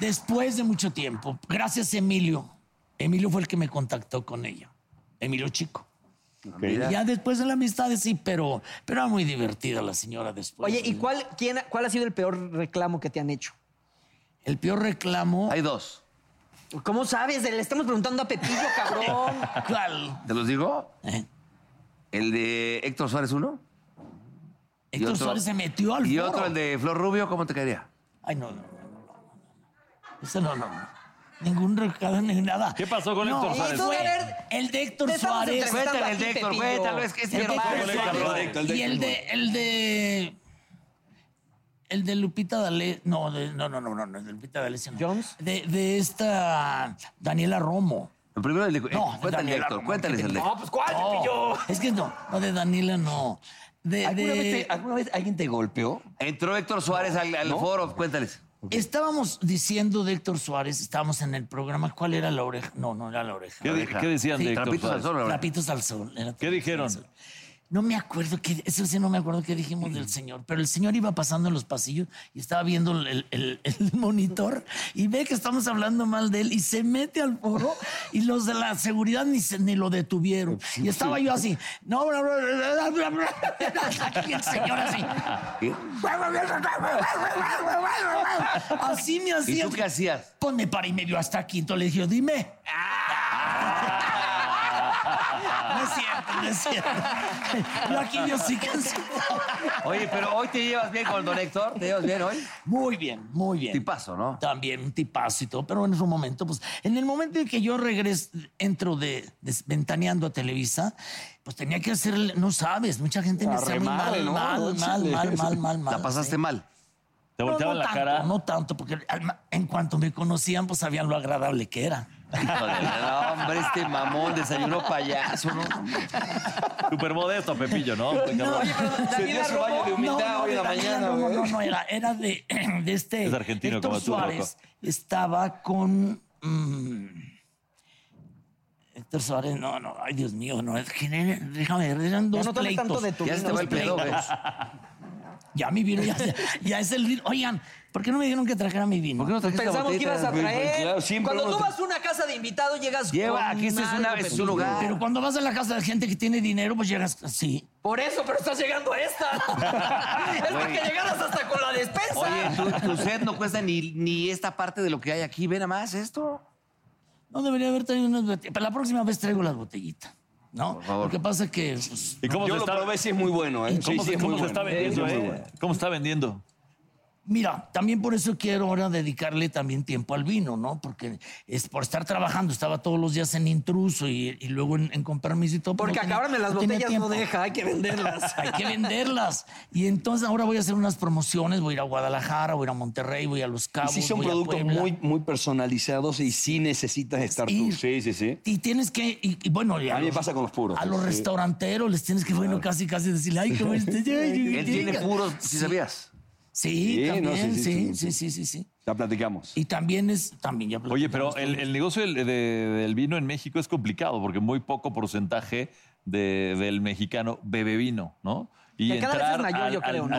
S8: Después de mucho tiempo, gracias Emilio. Emilio fue el que me contactó con ella. Emilio Chico.
S3: Mira.
S8: Ya después de la amistad sí, pero, pero era muy divertida la señora después.
S2: Oye, ¿y cuál, quién, ha- cuál ha sido el peor reclamo que te han hecho?
S8: El peor reclamo.
S3: Hay dos.
S2: ¿Cómo sabes? Le estamos preguntando
S3: (laughs)
S2: a Pepillo, cabrón.
S8: ¿Cuál?
S3: ¿Te los digo? El de Héctor Suárez uno. Y
S8: Héctor
S3: otro-
S8: Suárez se metió al
S3: Y
S8: foro.
S3: otro, el de Flor Rubio, ¿cómo te caería?
S8: Ay, no, no, no, no, no, no. Eso no, no, no. Ningún recado ni nada.
S4: ¿Qué pasó con
S8: No,
S4: Héctor Suárez?
S8: fue
S4: A ver,
S8: el de Héctor
S2: te estamos
S8: Suárez.
S2: entrevistando Cuéntale a el ti, de Héctor, Pepillo. cuéntalo, es que es mi
S8: El de
S2: hermano.
S8: Héctor
S2: Con Héctor,
S8: Suárez.
S2: Héctor, el de
S8: Y el de,
S2: Héctor.
S8: el de. El de Lupita D'Alessio. No, de- no, no, no, no, no, el de Lupita D'Alessio. ¿Jones? De, de esta Daniela Romo.
S3: El primero, el de, eh,
S8: No,
S3: cuéntale,
S8: Daniela
S3: Héctor,
S8: Romo,
S3: cuéntales
S8: que-
S3: el de.
S8: No, pues cuál, Pepillo? Es que no, no, de Daniela no. De,
S9: ¿Alguna,
S8: de-
S9: vez te- alguna vez alguien te golpeó?
S3: Entró Héctor Suárez al, al foro, cuéntales.
S8: Estábamos diciendo de Héctor Suárez, estábamos en el programa, ¿cuál era la oreja? No, no era la oreja.
S4: ¿Qué, di- qué decían
S8: Sí,
S4: de Héctor
S3: Trapitos al
S4: Suárez?
S3: sol, la verdad.
S8: Trapitos al sol. era
S4: ¿Qué dijeron?
S8: No me acuerdo, que, eso sí no me acuerdo qué dijimos del señor, pero el señor iba pasando en los pasillos y estaba viendo el, el- el (laughs) monitor y ve que estamos hablando mal de él y se mete al foro y los de la seguridad ni, se- ni lo detuvieron. Y estaba yo así, no, bla, bla, bla, bla, bla, bla. Y el señor así. Así me hacía.
S3: ¿Y tú qué hacías?
S8: Pues me paré y me dio hasta aquí, entonces le dije, dime. No es cierto, no es cierto. Yo aquí yo sí que
S3: Oye, pero hoy te llevas bien con don Héctor, ¿te llevas bien hoy?
S8: Muy bien, muy bien.
S3: Tipazo, ¿no?
S8: También un tipazo y todo, pero en su momento, pues, en el momento en que yo regreso, entro de, de- ventaneando a Televisa, pues tenía que hacer, no sabes, mucha gente me
S9: A
S8: hacía muy
S9: remar,
S8: mal,
S9: ¿no?
S8: mal, mal, mal, mal, mal, mal.
S3: ¿La pasaste
S8: sí.
S3: mal?
S4: ¿Te
S8: No,
S4: volteaban
S8: no
S4: la
S8: tanto,
S4: cara?
S8: No tanto, porque al- en cuanto me conocían, pues sabían lo agradable que era.
S3: Híjole, no, hombre, este mamón desayunó payaso, ¿no?
S4: Súper modesto, Pepillo,
S8: (laughs)
S4: ¿no?
S2: Oye, pero Daniela
S9: su baño de
S2: Romo.
S9: humildad
S8: no, no,
S9: hoy en la
S8: de Daniela
S9: mañana,
S8: Romo,
S9: güey.
S8: no, no, era, era de, (clears throat) de este.
S4: Es argentino
S8: Héctor
S4: como tú,
S8: Suárez estaba con. mm, Héctor Suárez, no, no, ay Dios mío, no, es que, déjame ver, eran dos
S2: no tomes
S8: pleitos.
S2: tanto de tu
S3: Ya se te
S2: vino.
S3: va el pedo, güey.
S8: Ya mi vino, ya, ya- ya es el ritmo. Oigan, ¿por qué no me dijeron que trajera mi vino? ¿Por qué no
S2: Pensamos que ibas a traer. Cuando tú vas a una casa de invitados, llegas. con
S3: este
S2: algo, Pepillo.
S8: Pero cuando vas a la casa de gente que tiene dinero, pues llegas así.
S2: Por eso, pero estás llegando a
S3: (laughs)
S2: esta. es para
S3: Güey.
S2: que llegaras hasta con la despensa.
S3: Oye, tu, tu set no cuesta ni, ni esta parte de lo que hay aquí. Ve nada más esto.
S8: No debería haber traído unas botellitas. Para la próxima vez traigo las botellitas. ¿No? Lo que pasa es que. pues,
S9: ¿Y cómo Yo se lo está- probé, sí es muy bueno, ¿eh?
S4: ¿Cómo,
S9: Sí, sí,
S4: se,
S9: es
S4: cómo
S9: muy
S4: se está
S9: bueno.
S4: vendiendo,
S9: Sí, es muy
S4: eh?
S9: bueno.
S4: ¿Cómo está vendiendo?
S8: Mira, también por eso quiero ahora dedicarle también tiempo al vino, ¿no? Porque es por estar trabajando, estaba todos los días en intruso y, y luego en, en compromiso y todo. pues,
S2: Porque
S8: no tenía-
S2: acabarme las
S8: no tenía
S2: botellas no
S8: tiempo.
S2: deja, hay que venderlas.
S8: Hay que venderlas. Y entonces ahora voy a hacer unas promociones, voy a ir a Guadalajara, voy a ir a Monterrey, voy a Los
S9: Y
S8: Cabos.
S9: sí son
S8: voy a
S9: productos
S8: Puebla.
S9: muy, muy personalizados y sí necesitas estar tú. Sí, sí, sí.
S8: Y tienes que, y, y bueno, y
S9: A mí me
S8: los-
S9: pasa con los puros.
S8: A los
S9: Sí.
S8: restauranteros les tienes que, bueno, casi, casi decirle, ay, qué bueno.
S9: Él tiene puros, si sabías.
S8: Sí,
S9: Sí,
S8: también,
S9: no, sí, sí,
S8: sí,
S9: tú-
S8: sí, sí, sí, sí.
S9: Ya platicamos.
S8: Y también es, también ya
S4: Oye, pero el, el negocio del, de- del vino en México es complicado porque muy poco porcentaje de- del mexicano bebe vino, ¿no? Y
S8: Que cada vez es
S4: entrar
S8: mayor,
S4: al,
S8: yo creo,
S4: al- al
S8: ¿no? No, se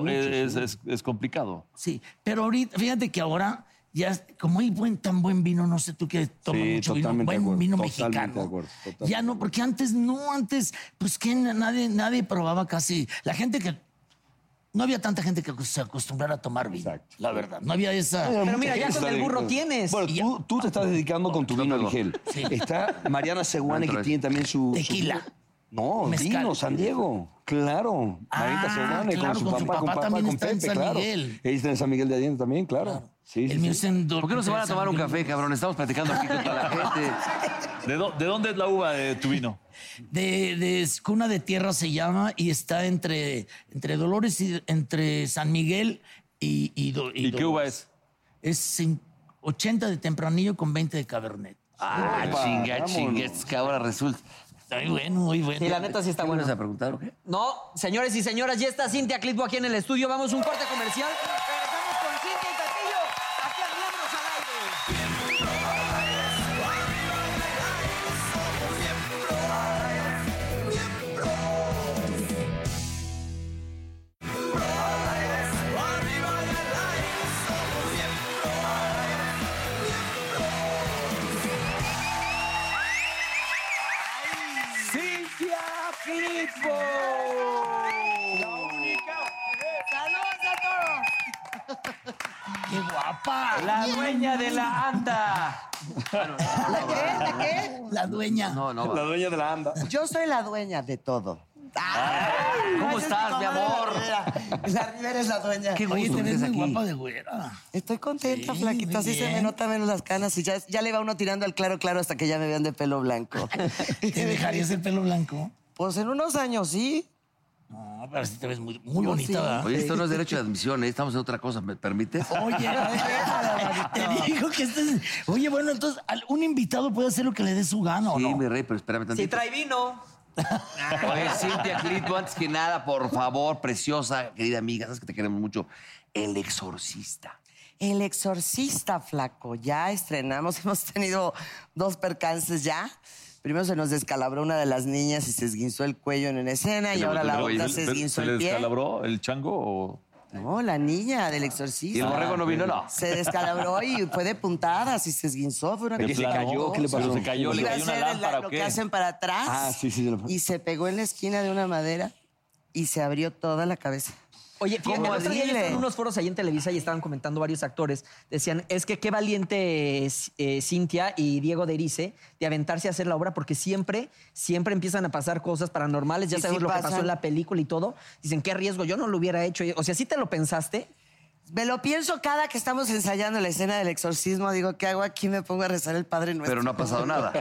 S4: mercado
S8: mucho,
S4: es,
S8: sí.
S4: es- es complicado.
S8: Sí, pero ahorita, fíjate que ahora ya, es- como hay buen, tan buen vino, no sé tú que tomas
S9: Sí,
S8: mucho vino,
S9: totalmente de
S8: buen
S9: acuerdo,
S8: vino
S9: totalmente
S8: mexicano.
S9: de acuerdo, totalmente.
S8: Ya no, porque antes no, antes, pues que nadie, nadie probaba casi. La gente que. No había tanta gente que se acostumbrara a tomar vino, la verdad. No había esa.
S2: Pero mira, ya con el burro tienes.
S9: Bueno,
S2: Y ya-
S9: tú, tú te estás dedicando con tu vino Miguel.
S8: Sí.
S9: Está Mariana Seguane, que tiene también su... su-
S8: Tequila.
S9: no,
S8: Mezcal.
S9: vino, San Diego. Claro. Marita Seguane,
S8: claro,
S9: con su papá, con papá,
S8: también
S9: con
S8: está en
S9: Pepe,
S8: San
S9: claro.
S8: Miguel.
S9: Ella está en San Miguel de Allende también, claro. Sí, sí, sí.
S4: ¿Por qué no se van a tomar un café, cabrón? Estamos platicando aquí con toda la gente. ¿De, dó- de dónde es la uva de tu vino?
S8: de, de Cuna de Tierra se llama y está entre, entre Dolores y entre San Miguel y, y, Do-
S4: (laughs) ¿Y qué uva es?
S8: Es cin- 80 de tempranillo con 20 de Cabernet.
S3: Ah,
S8: Opa,
S3: chinga,
S8: vámonos.
S3: chinga, es que ahora resulta.
S8: Está muy bueno, muy bueno.
S2: Y la neta sí está bueno.
S3: ¿Vas a preguntar o qué?
S2: No, señores y señoras, ya está Cintia Clitbo aquí en el estudio. Vamos a un corte comercial. Regresamos con Cintia y Pepillo aquí en Miembros al
S1: Cintia Clitbo. La única.
S6: ¡Saludos a todos!
S8: ¡Qué guapa!
S2: La dueña de la anda.
S6: ¿La qué? ¿La qué?
S8: La dueña.
S3: No, no.
S9: La dueña de la anda.
S6: Yo soy la dueña de todo. Esa
S3: ¿Cómo
S6: es
S3: estás, mi
S6: comadre,
S3: amor?
S6: La Rivera. La Rivera es la dueña.
S3: Qué
S8: Oye,
S3: gusto
S8: te
S3: que
S8: ves
S3: estés
S8: muy
S3: aquí.
S8: guapa de güera.
S6: Estoy contenta,
S8: Sí,
S6: flaquita.
S8: muy
S6: Así se me
S8: bien.
S6: notan menos las canas y ya, ya le va uno tirando al claro, claro hasta que ya me vean de pelo blanco.
S8: ¿Te dejarías el pelo blanco?
S6: Pues en unos años, sí.
S8: No, pero sí te ves muy, muy
S6: Yo
S8: bonita,
S6: sí.
S8: ¿verdad?
S3: Oye, esto no es derecho de admisión, ¿eh? estamos en otra cosa, ¿me permites?
S8: Oye, te digo que este es- Oye, bueno, entonces, al- un invitado puede hacer lo que le dé su gana, ¿o
S3: Sí,
S8: no?
S3: mi rey, pero espérame
S2: Si
S3: tantito.
S2: trae vino.
S3: Oye, Cintia Clitbo, antes que nada, por favor, preciosa, querida amiga, sabes que te queremos mucho. El exorcista.
S6: El exorcista flaco, ya estrenamos, (laughs) hemos tenido dos percances ya. Primero se nos descalabró una de las niñas y se esguinzó el cuello en una escena y ahora la
S4: Oye,
S6: otra
S4: ¿se-
S6: se
S4: se-
S6: esguinzó
S4: ¿Se le
S6: el pie.
S4: descalabró Ah, el chango o...?
S6: No, la niña del exorcista.
S3: ¿Y el borrego no vino, no?
S6: Se descalabró y fue de puntadas y se esguinzó. Fue una
S4: ¿De
S6: cosa
S4: plano?
S6: horrorosa.
S4: ¿Qué le pasó? ¿Se cayó? ¿Le
S6: Iba a
S4: cayó una
S6: hacer el-
S4: lámpara o
S6: Lo
S4: qué?
S6: que hacen para atrás.
S9: Ah, sí, sí. lo-
S6: Y se pegó en la esquina de una madera y se abrió toda la cabeza.
S2: Oye, fíjate,
S6: ¿Cómo
S2: el otro día yo
S6: horrible?
S2: estaba en unos foros ahí en Televisa y estaban comentando varios actores. Decían, es que qué valiente es eh, Cintia y Diego de Erice de aventarse a hacer la obra porque siempre, siempre empiezan a pasar cosas paranormales. Ya
S6: Sí,
S2: sabemos
S6: sí
S2: lo que pasó
S6: pasan.
S2: en la película y todo. Dicen, qué riesgo, yo no lo hubiera hecho. O sea, ¿sí te lo pensaste?
S6: Me lo pienso cada que estamos ensayando la escena del exorcismo. Digo, ¿qué hago aquí? Me pongo a rezar el Padre Nuestro.
S3: Pero no ha pasado nada.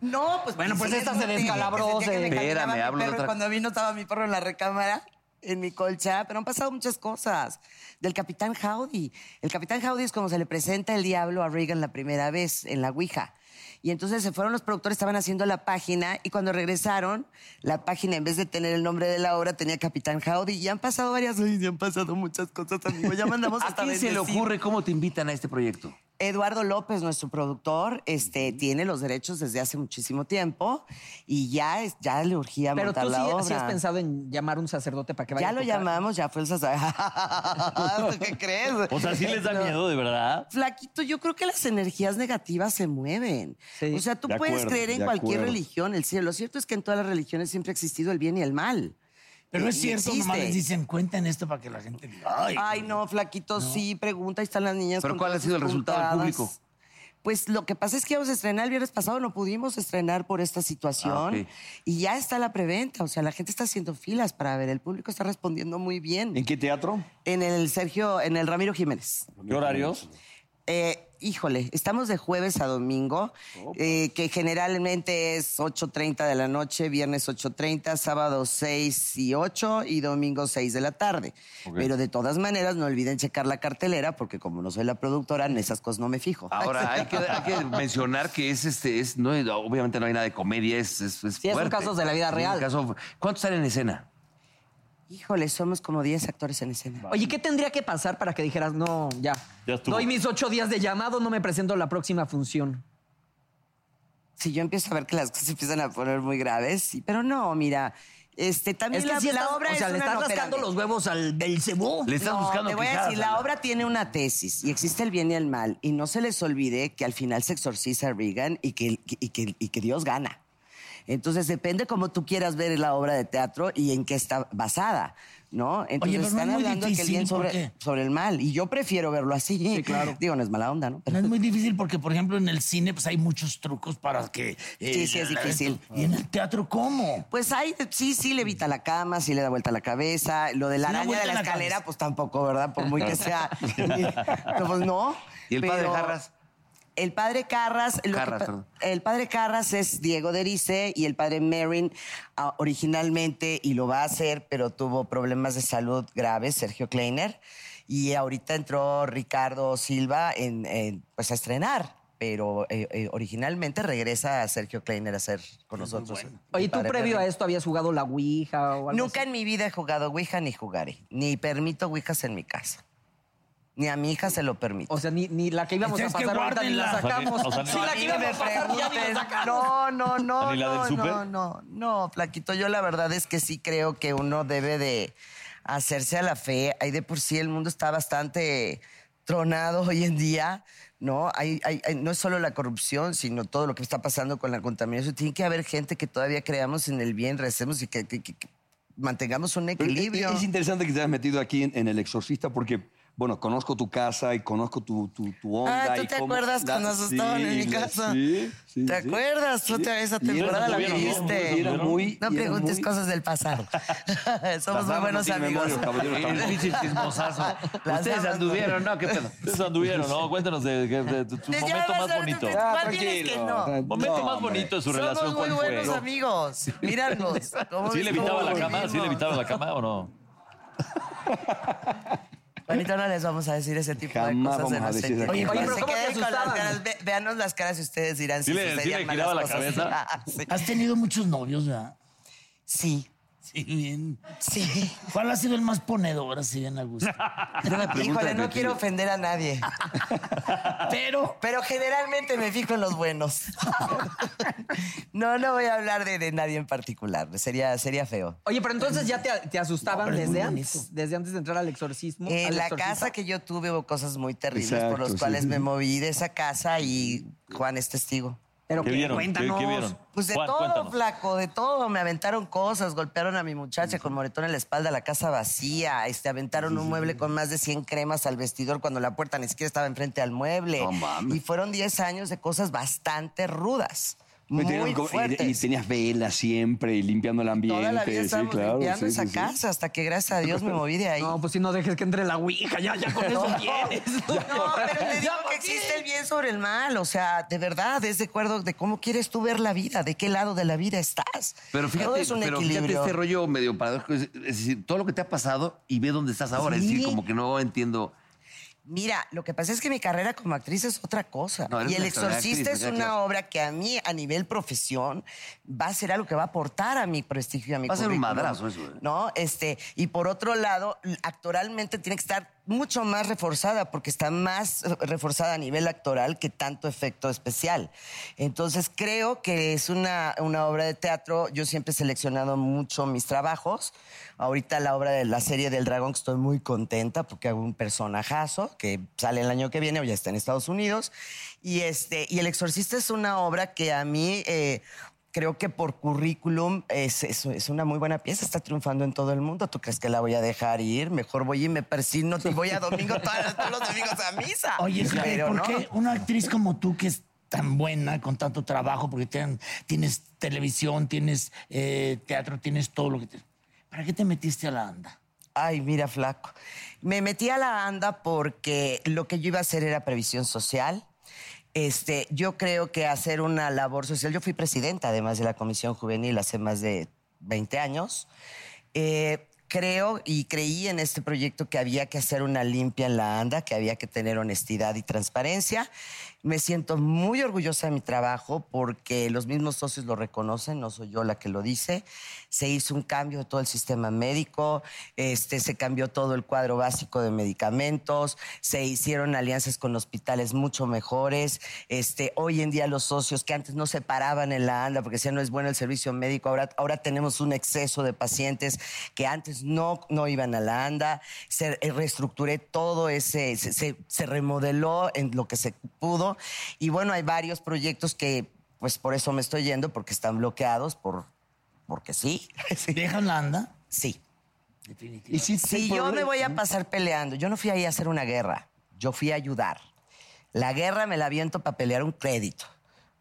S6: No, pues
S2: Bueno, pues
S6: sí,
S2: esta
S6: es
S2: se
S6: muy
S2: descalabró,
S6: triste, sentía que
S2: se-
S6: me caminaba
S3: Espérame,
S6: mi
S3: hablo de
S6: perro y
S3: otra-
S6: Cuando vino estaba mi perro en la recámara, en mi colcha, pero han pasado muchas cosas. Del Capitán Howdy. El Capitán Howdy es como se le presenta el diablo a Reagan la primera vez en la Ouija. Y entonces se fueron los productores, estaban haciendo la página y cuando regresaron, la página en vez de tener el nombre de la obra tenía Capitán Howdy y han pasado varias veces y han pasado muchas cosas, amigo. Ya mandamos
S3: (laughs) ¿A
S6: hasta
S3: quién se le
S6: bendecir.
S3: ocurre cómo te invitan a este proyecto?
S6: Eduardo López, nuestro productor, este, tiene los derechos desde hace muchísimo tiempo y ya, es- ya le urgía
S2: Pero
S6: montar
S2: tú sí,
S6: la obra.
S2: sí has pensado en llamar a un sacerdote para que vaya
S6: Ya lo llamamos, ya fue el sacerdote. (laughs) ¿Tú qué crees?
S2: (laughs)
S4: O
S2: Pues
S4: sea, sí les da
S6: No.
S4: miedo, de verdad.
S6: Flaquito, yo creo que las energías negativas se mueven. O sea, tú
S4: De
S6: puedes
S4: acuerdo,
S6: creer en
S4: de
S6: cualquier
S4: acuerdo.
S6: religión, el cielo. Lo cierto es que en todas las religiones siempre ha existido el bien y el mal.
S8: Pero
S6: Y-
S8: es
S6: y
S8: cierto,
S6: existe.
S8: nomás les dicen, cuenten esto para que la gente diga.
S6: Ay,
S8: Ay,
S6: no, flaquito, sí, pregunta, ahí están las niñas.
S8: Pero
S6: con
S8: ¿cuál
S6: todas
S8: ha sido
S6: sus
S8: el resultado del
S6: puntadas.
S8: público?
S6: Pues lo que pasa es que íbamos a estrenar el viernes pasado, no pudimos estrenar por esta situación.
S3: Ah, ok.
S6: Y ya está la preventa, o sea, la gente está haciendo filas para ver, el público está respondiendo muy bien.
S9: ¿En qué teatro?
S6: En el Sergio, en el Ramiro Jiménez.
S9: ¿Qué horarios?
S6: Eh, híjole, estamos de jueves a domingo, eh, que generalmente es 8.30 de la noche, viernes 8.30, sábado 6 y 8 y domingo 6 de la tarde. Pero de todas maneras, no olviden checar la cartelera, porque como no soy la productora, en esas cosas no me fijo.
S3: Ahora, hay que, hay que mencionar que es este, es, no, obviamente no hay nada de comedia, es, es,
S6: Sí, es un
S3: fuerte.
S6: caso de la vida
S3: Es un
S6: real.
S3: caso- ¿Cuántos salen en escena?
S6: (laughs)
S9: Eh,
S6: Híjole, somos como 10 actores en escena.
S2: Oye, ¿qué tendría que pasar para que dijeras, no, ya?
S6: Ya estuvo.
S2: Doy mis ocho días de llamado, no me presento a la próxima función.
S6: Si yo empiezo a ver que las cosas se empiezan a poner muy graves, sí, pero no, mira, este, también
S2: Es que
S6: la,
S2: sí
S6: la
S2: estás-
S6: obra
S2: o sea,
S6: es
S2: le
S6: una
S2: estás
S6: no,
S2: rascando
S6: espérame.
S2: los huevos al Belcebú.
S6: No, Te voy a decir, la obra tiene una tesis y existe el bien y el mal. Y no se les olvide que al final se exorciza a Regan y que, y que- y que Dios gana. Entonces depende cómo tú quieras ver la obra de teatro y en qué está basada, ¿no? Entonces
S8: pero no
S6: están
S8: es muy
S6: hablando de que el bien
S8: difícil, ¿por
S6: sobre,
S8: qué?
S6: sobre el mal. Y yo prefiero verlo así. claro. Digo, no es mala onda, ¿no?
S8: No es muy difícil porque, por ejemplo, en el cine pues hay muchos trucos para que... eh,
S6: Sí, sí, es difícil.
S8: ¿Y en el teatro cómo?
S6: Pues ahí, sí, sí, le evita la cama, sí le da vuelta la cabeza. Lo de la
S8: Sí, la
S6: araña
S8: vuelta
S6: de la
S8: en la
S6: escalera,
S8: cabeza.
S6: pues tampoco, ¿verdad? Por muy que
S8: (laughs)
S6: sea. (laughs) No, pues no.
S3: ¿Y el padre Carras?
S6: El padre Carras. lo que
S3: Carras,
S6: pa-
S3: perdón.
S6: El padre Carras es Diego Derice y el padre Marin ah, originalmente, y lo va a hacer, pero tuvo problemas de salud graves, Sergio Kleiner. Y ahorita entró Ricardo Silva en, en, pues a estrenar. Pero eh, eh, originalmente regresa a Sergio Kleiner a ser con nosotros.
S2: Oye,
S6: El
S2: ¿tú
S6: padre
S2: previo a
S6: Marin.
S2: esto habías jugado la Ouija o algo
S6: Nunca en mi vida he jugado Ouija ni jugaré. Ni permito Ouijas en mi casa. Ni a mi hija se lo permito. O
S2: sea, ni, la que
S6: íbamos
S2: a Entonces, pasar que ahorita ni la guárdenla. sacamos. O sea, ni-
S6: Si
S2: Sí, la que íbamos a pasar ya ni la sacamos.
S6: No, no, no.
S2: ¿Ni la del
S6: no,
S2: súper?
S6: no, no, no, Flaquito. Yo la verdad es que sí creo que uno debe de hacerse a la fe. Ahí de por sí el mundo está bastante tronado hoy en día, ¿no? Hay, hay- hay- no es solo la corrupción, sino todo lo que está pasando con la contaminación. Tiene que haber gente que todavía creamos en el bien, recemos y que, que- que- que mantengamos un
S9: Pero
S6: equilibrio.
S9: Eh, Es interesante que te hayas metido aquí en, en El Exorcista porque, bueno, conozco tu casa y conozco tu, tu, tu onda.
S6: Ah, ¿tú
S9: y
S6: te
S9: cómo-
S6: acuerdas
S9: la-
S6: cuando asustaban en mi
S9: la-
S6: casa?
S9: Sí, sí,
S6: ¿Te
S9: sí.
S6: acuerdas? Tú te- esa
S9: Y era-
S6: temporada la
S9: tuvieron, ¿no?
S6: viviste.
S9: Y era muy-
S6: no
S9: y era
S6: preguntes
S9: muy-
S6: cosas del pasado. (laughs) Somos muy
S9: damas no
S6: buenos
S9: tienen
S6: amigos.
S9: memoria,
S6: (laughs)
S9: caballero, caballero. El pinche chismosazo.
S6: Las
S4: Ustedes
S6: damas no.
S4: anduvieron, ¿no? ¿Qué pedo? Ustedes anduvieron, ¿no? Cuéntanos de, de- de tu, tu
S6: Ya
S4: momento
S6: vas
S4: más
S6: a ver
S4: bonito.
S6: tus-
S9: Ah,
S6: ¿cuál vienes que no?
S4: Momento
S6: No,
S4: más
S6: hombre.
S4: bonito de su
S6: Somos
S4: relación,
S6: muy
S4: ¿cuál fue?
S6: buenos amigos. Míranos. ¿Cómo
S4: ¿Sí
S6: ves
S4: le
S6: cómo
S4: evitaba la cama? ¿Sí le
S6: vivimos?
S4: evitaba la cama o no?
S6: Ahorita no les vamos a decir ese tipo
S9: Jamás
S6: de cosas
S9: vamos
S6: en
S9: a
S6: los
S9: decir esa
S6: Oye,
S9: cosa.
S6: pero
S9: Se
S6: ¿cómo
S9: quedan
S6: te
S9: con las
S6: asustaban? Ve- Véanos las caras y ustedes dirán
S9: ¿Sí
S6: si
S9: le- sí
S6: sucedían
S9: le
S6: malas
S9: giraba la
S6: cosas.
S9: cabeza?
S6: Ah, sí.
S8: ¿Has tenido muchos novios, verdad?
S6: Sí.
S8: Sí, bien.
S6: Sí. Ah,
S8: ¿Cuál ha sido el más ponedor, así bien
S6: (laughs)
S8: a gusto?
S6: Híjole, no quiero ofender a nadie. Pero. Pero generalmente me fijo en los buenos. (laughs) No, no voy a hablar de, de nadie en particular. Sería, sería feo.
S2: Oye, pero entonces ya te, te asustaban
S6: No, pero es
S2: desde
S6: muy
S2: antes, desde antes de entrar al exorcismo.
S6: En
S2: al
S6: Eh, la
S2: exorcista.
S6: casa que yo tuve hubo cosas muy terribles por
S2: Exacto,
S6: los
S2: sí.
S9: (laughs)
S6: cuales me moví de esa casa y Juan es testigo.
S2: Pero
S4: ¿Qué ¿qué? vieron? ¿Qué- qué
S6: Cuéntanos.
S4: vieron?
S6: Pues de
S4: Juan,
S6: todo,
S4: cuéntanos.
S6: flaco, de todo. Me aventaron cosas, golpearon a mi muchacha con moretón en la espalda, la casa vacía, este, aventaron un mueble con más de 100 cremas al vestidor cuando la puerta ni siquiera estaba enfrente al mueble. y fueron 10 años de cosas bastante rudas.
S9: Me
S6: Muy
S9: tenían como- y-
S6: fuertes.
S9: y, tenías velas siempre y limpiando el ambiente.
S6: Toda la vida
S9: sí,
S6: estábamos
S9: claro,
S6: limpiando
S9: sí,
S6: esa
S9: sí, sí.
S6: casa hasta que gracias a Dios me moví de ahí.
S2: No, pues si no dejes que entre la ouija, ya, ya con eso
S6: No.
S2: tienes.
S6: (laughs) No, pero te digo que existe el bien sobre el mal, o sea, de verdad, es de acuerdo de cómo quieres tú ver la vida, de qué lado de la vida estás.
S3: Pero
S6: Todo
S3: fíjate,
S6: es un
S3: pero fíjate
S6: equilibrio.
S3: este rollo medio paradójico. Es, es decir, todo lo que te ha pasado y ve dónde estás ahora. Es
S6: Sí.
S3: decir, como que no entiendo.
S6: Mira, lo que pasa es que mi carrera como actriz es otra cosa.
S3: No, eres
S6: y El
S3: una extraordinaria
S6: Exorcista es
S3: actriz, me queda
S6: una
S3: claro.
S6: obra que a mí, a nivel profesión, va a ser algo que va a aportar a mi prestigio, y a mi
S3: Va a ser un
S6: currículum,
S3: madrazo eso, ¿eh?
S6: ¿No? Este, y por otro lado, actoralmente tiene que estar mucho más reforzada, porque está más eh, reforzada a nivel actoral que tanto efecto especial. Entonces, creo que es una, una obra de teatro. Yo siempre he seleccionado mucho mis trabajos. Ahorita la obra de la serie del dragón, que estoy muy contenta porque hago un personajazo que sale el año que viene o ya está en Estados Unidos. Y, este, y El Exorcista es una obra que a mí... eh, creo que por currículum es, es- es una muy buena pieza, está triunfando en todo el mundo. ¿Tú crees que la voy a dejar ir? Mejor voy y me persino y voy a domingo todas las- todos los domingos a misa.
S8: Oye, Fede,
S6: Pero
S8: ¿por
S6: no.
S8: qué una actriz como tú que es tan buena, con tanto trabajo, porque te- tienes televisión, tienes eh, teatro, tienes todo lo que te... ¿Para qué te metiste a la anda?
S6: Ay, mira, flaco. Me metí a la anda porque lo que yo iba a hacer era previsión social. Este, yo creo que hacer una labor social, yo fui presidenta además de la Comisión Juvenil hace más de 20 años. Eh, creo y creí en este proyecto que había que hacer una limpia en la ANDA, que había que tener honestidad y transparencia. Me siento muy orgullosa de mi trabajo porque los mismos socios lo reconocen, no soy yo la que lo dice. Se hizo un cambio de todo el sistema médico, este, se cambió todo el cuadro básico de medicamentos, se hicieron alianzas con hospitales mucho mejores. Este, hoy en día los socios que antes no se paraban en la ANDA porque decían no es bueno el servicio médico, ahora, ahora tenemos un exceso de pacientes que antes no, no iban a la ANDA. Se eh, reestructuré todo ese, se, se- se remodeló en lo que se pudo. Y bueno, hay varios proyectos que, pues por eso me estoy yendo, porque están bloqueados, por, porque sí. (laughs)
S8: ¿Dejan la ANDA?
S6: Sí.
S8: Definitivamente.
S6: Sí, yo me voy a pasar peleando. Yo no fui ahí a hacer una guerra. Yo fui a ayudar. La guerra me la aviento para pelear un crédito.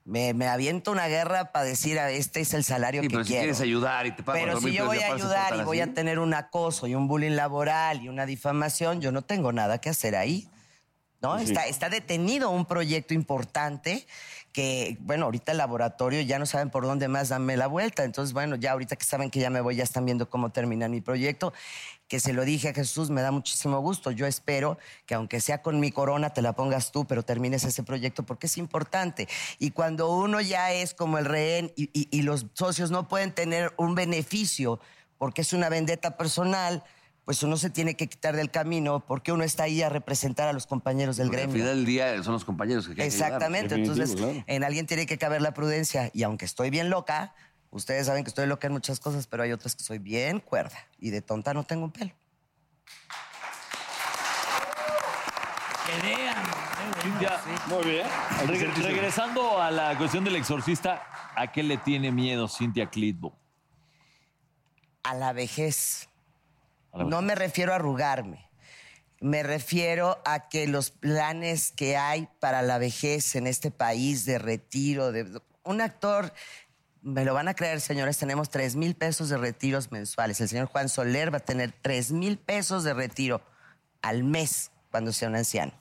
S6: Me, me aviento una guerra para decir, "Ah, este es el salario
S3: Sí,
S6: que
S3: pero si
S6: quiero.
S3: quieres ayudar y te pagan
S6: Pero
S3: dos
S6: si
S3: mil
S6: yo
S3: pesos
S6: voy
S3: y
S6: a
S3: aparte se
S6: ayudar y
S3: portan
S6: voy
S3: así.
S6: a tener un acoso y un bullying laboral y una difamación, yo no tengo nada que hacer ahí. ¿no?
S3: Sí.
S6: Está, está detenido un proyecto importante que, bueno, ahorita el laboratorio ya no saben por dónde más darme la vuelta. Entonces, bueno, ya ahorita que saben que ya me voy, ya están viendo cómo termina mi proyecto. Que se lo dije a Jesús, me da muchísimo gusto. Yo espero que aunque sea con mi corona, te la pongas tú, pero termines ese proyecto porque es importante. Y cuando uno ya es como el rehén y- y- y los socios no pueden tener un beneficio porque es una vendetta personal, pues uno se tiene que quitar del camino porque uno está ahí a representar a los compañeros del
S3: Porque Al
S6: gremio.
S3: final del día son los compañeros que hay que ayudar.
S6: Exactamente, entonces en alguien tiene que caber la prudencia y aunque estoy bien loca, ustedes saben que estoy loca en muchas cosas, pero hay otras que soy bien cuerda y de tonta no tengo un pelo.
S8: Que vean.
S4: Ya.
S9: Muy bien.
S4: Reg- regresando a la cuestión del exorcista, ¿a qué le tiene miedo Cintia Clitbo?
S6: A la vejez.
S4: A la
S6: No me refiero a arrugarme. Me refiero a que los planes que hay para la vejez en este país de retiro, de un actor, me lo van a creer, señores, tenemos 3 mil pesos de retiros mensuales. El señor Juan Soler va a tener 3 mil pesos de retiro al mes cuando sea un anciano.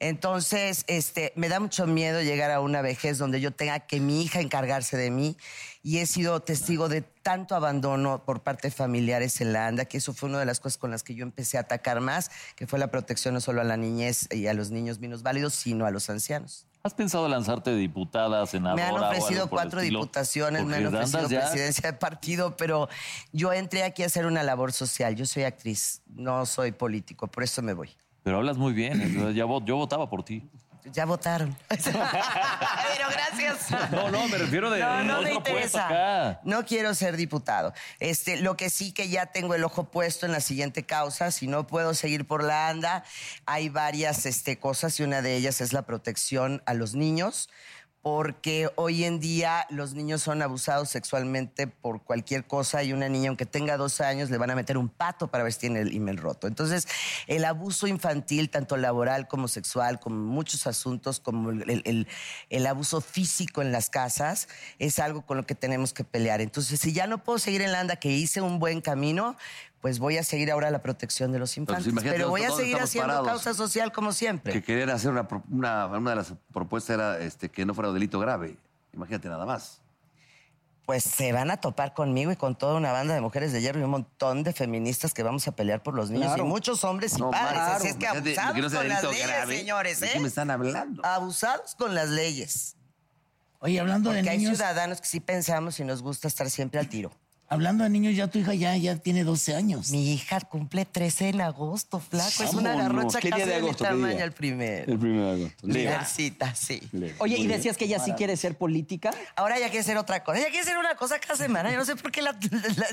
S6: Entonces, este, me da mucho miedo llegar a una vejez donde yo tenga que mi hija encargarse de mí y he sido testigo de tanto abandono por parte de familiares en la ANDA, que eso fue una de las cosas con las que yo empecé a atacar más, que fue la protección no solo a la niñez y a los niños minusválidos, sino a los ancianos.
S4: ¿Has pensado lanzarte de diputada, senadora?
S6: Me han
S4: o algo
S6: ofrecido
S4: por el
S6: cuatro
S4: estilo?
S6: diputaciones, me
S4: Porque
S6: han ofrecido
S4: andas ya-
S6: presidencia de partido, pero yo entré aquí a hacer una labor social. Yo soy actriz, no soy político, por eso me voy.
S4: Pero hablas muy bien, ¿eh? Ya vo- yo votaba por ti. (laughs)
S6: Ya votaron. Pero gracias.
S4: No, no, me refiero de-
S6: No,
S4: de
S6: no me
S4: otro puesto
S6: interesa.
S4: acá.
S6: No quiero ser diputado. Este, lo que sí que ya tengo el ojo puesto en la siguiente causa, si no puedo seguir por la anda, hay varias este, cosas y una de ellas es la protección a los niños. Porque hoy en día los niños son abusados sexualmente por cualquier cosa y una niña, aunque tenga dos años, le van a meter un pato para ver si tiene el email roto. Entonces, el abuso infantil, tanto laboral como sexual, como muchos asuntos, como el, el- el- el abuso físico en las casas, es algo con lo que tenemos que pelear. Entonces, si ya no puedo seguir en la anda, que hice un buen camino, pues voy a seguir ahora la protección de los infantes. Pero,
S3: imagínate
S6: voy a
S3: nosotros
S6: seguir
S3: estamos
S6: haciendo
S3: parados.
S6: causa social como siempre.
S3: Que querían hacer una, pro- una- una de las propuestas era este, que no fuera delito grave. Imagínate nada más.
S6: pues se van a topar conmigo y con toda una banda de mujeres de hierro y un montón de feministas que vamos a pelear por los niños Claro. y muchos hombres y No, padres. claro. Así es que Ya de- abusados que no sea con las delito leyes,
S3: grave.
S6: señores.
S3: ¿De
S6: ¿eh?
S3: qué me están hablando?
S6: Abusados con las leyes.
S8: Oye, hablando de
S6: Porque hay
S8: niños-
S6: ciudadanos que sí pensamos y nos gusta estar siempre al tiro.
S8: Hablando de niños, ya tu hija ya, ya tiene 12 años.
S6: Mi hija cumple 13 en agosto, flaco. Es una
S8: Vámonos.
S6: garrocha
S8: ¿Qué día
S6: casi
S8: de
S6: de mi
S8: agosto? ¿Qué día?
S6: tamaño el primero.
S9: El primero de agosto.
S6: Libercita, sí.
S2: Oye, y decías que ella sí quiere ser política.
S6: Ahora ya quiere ser otra cosa. Ella quiere ser una cosa cada semana. Yo no sé por qué la. la-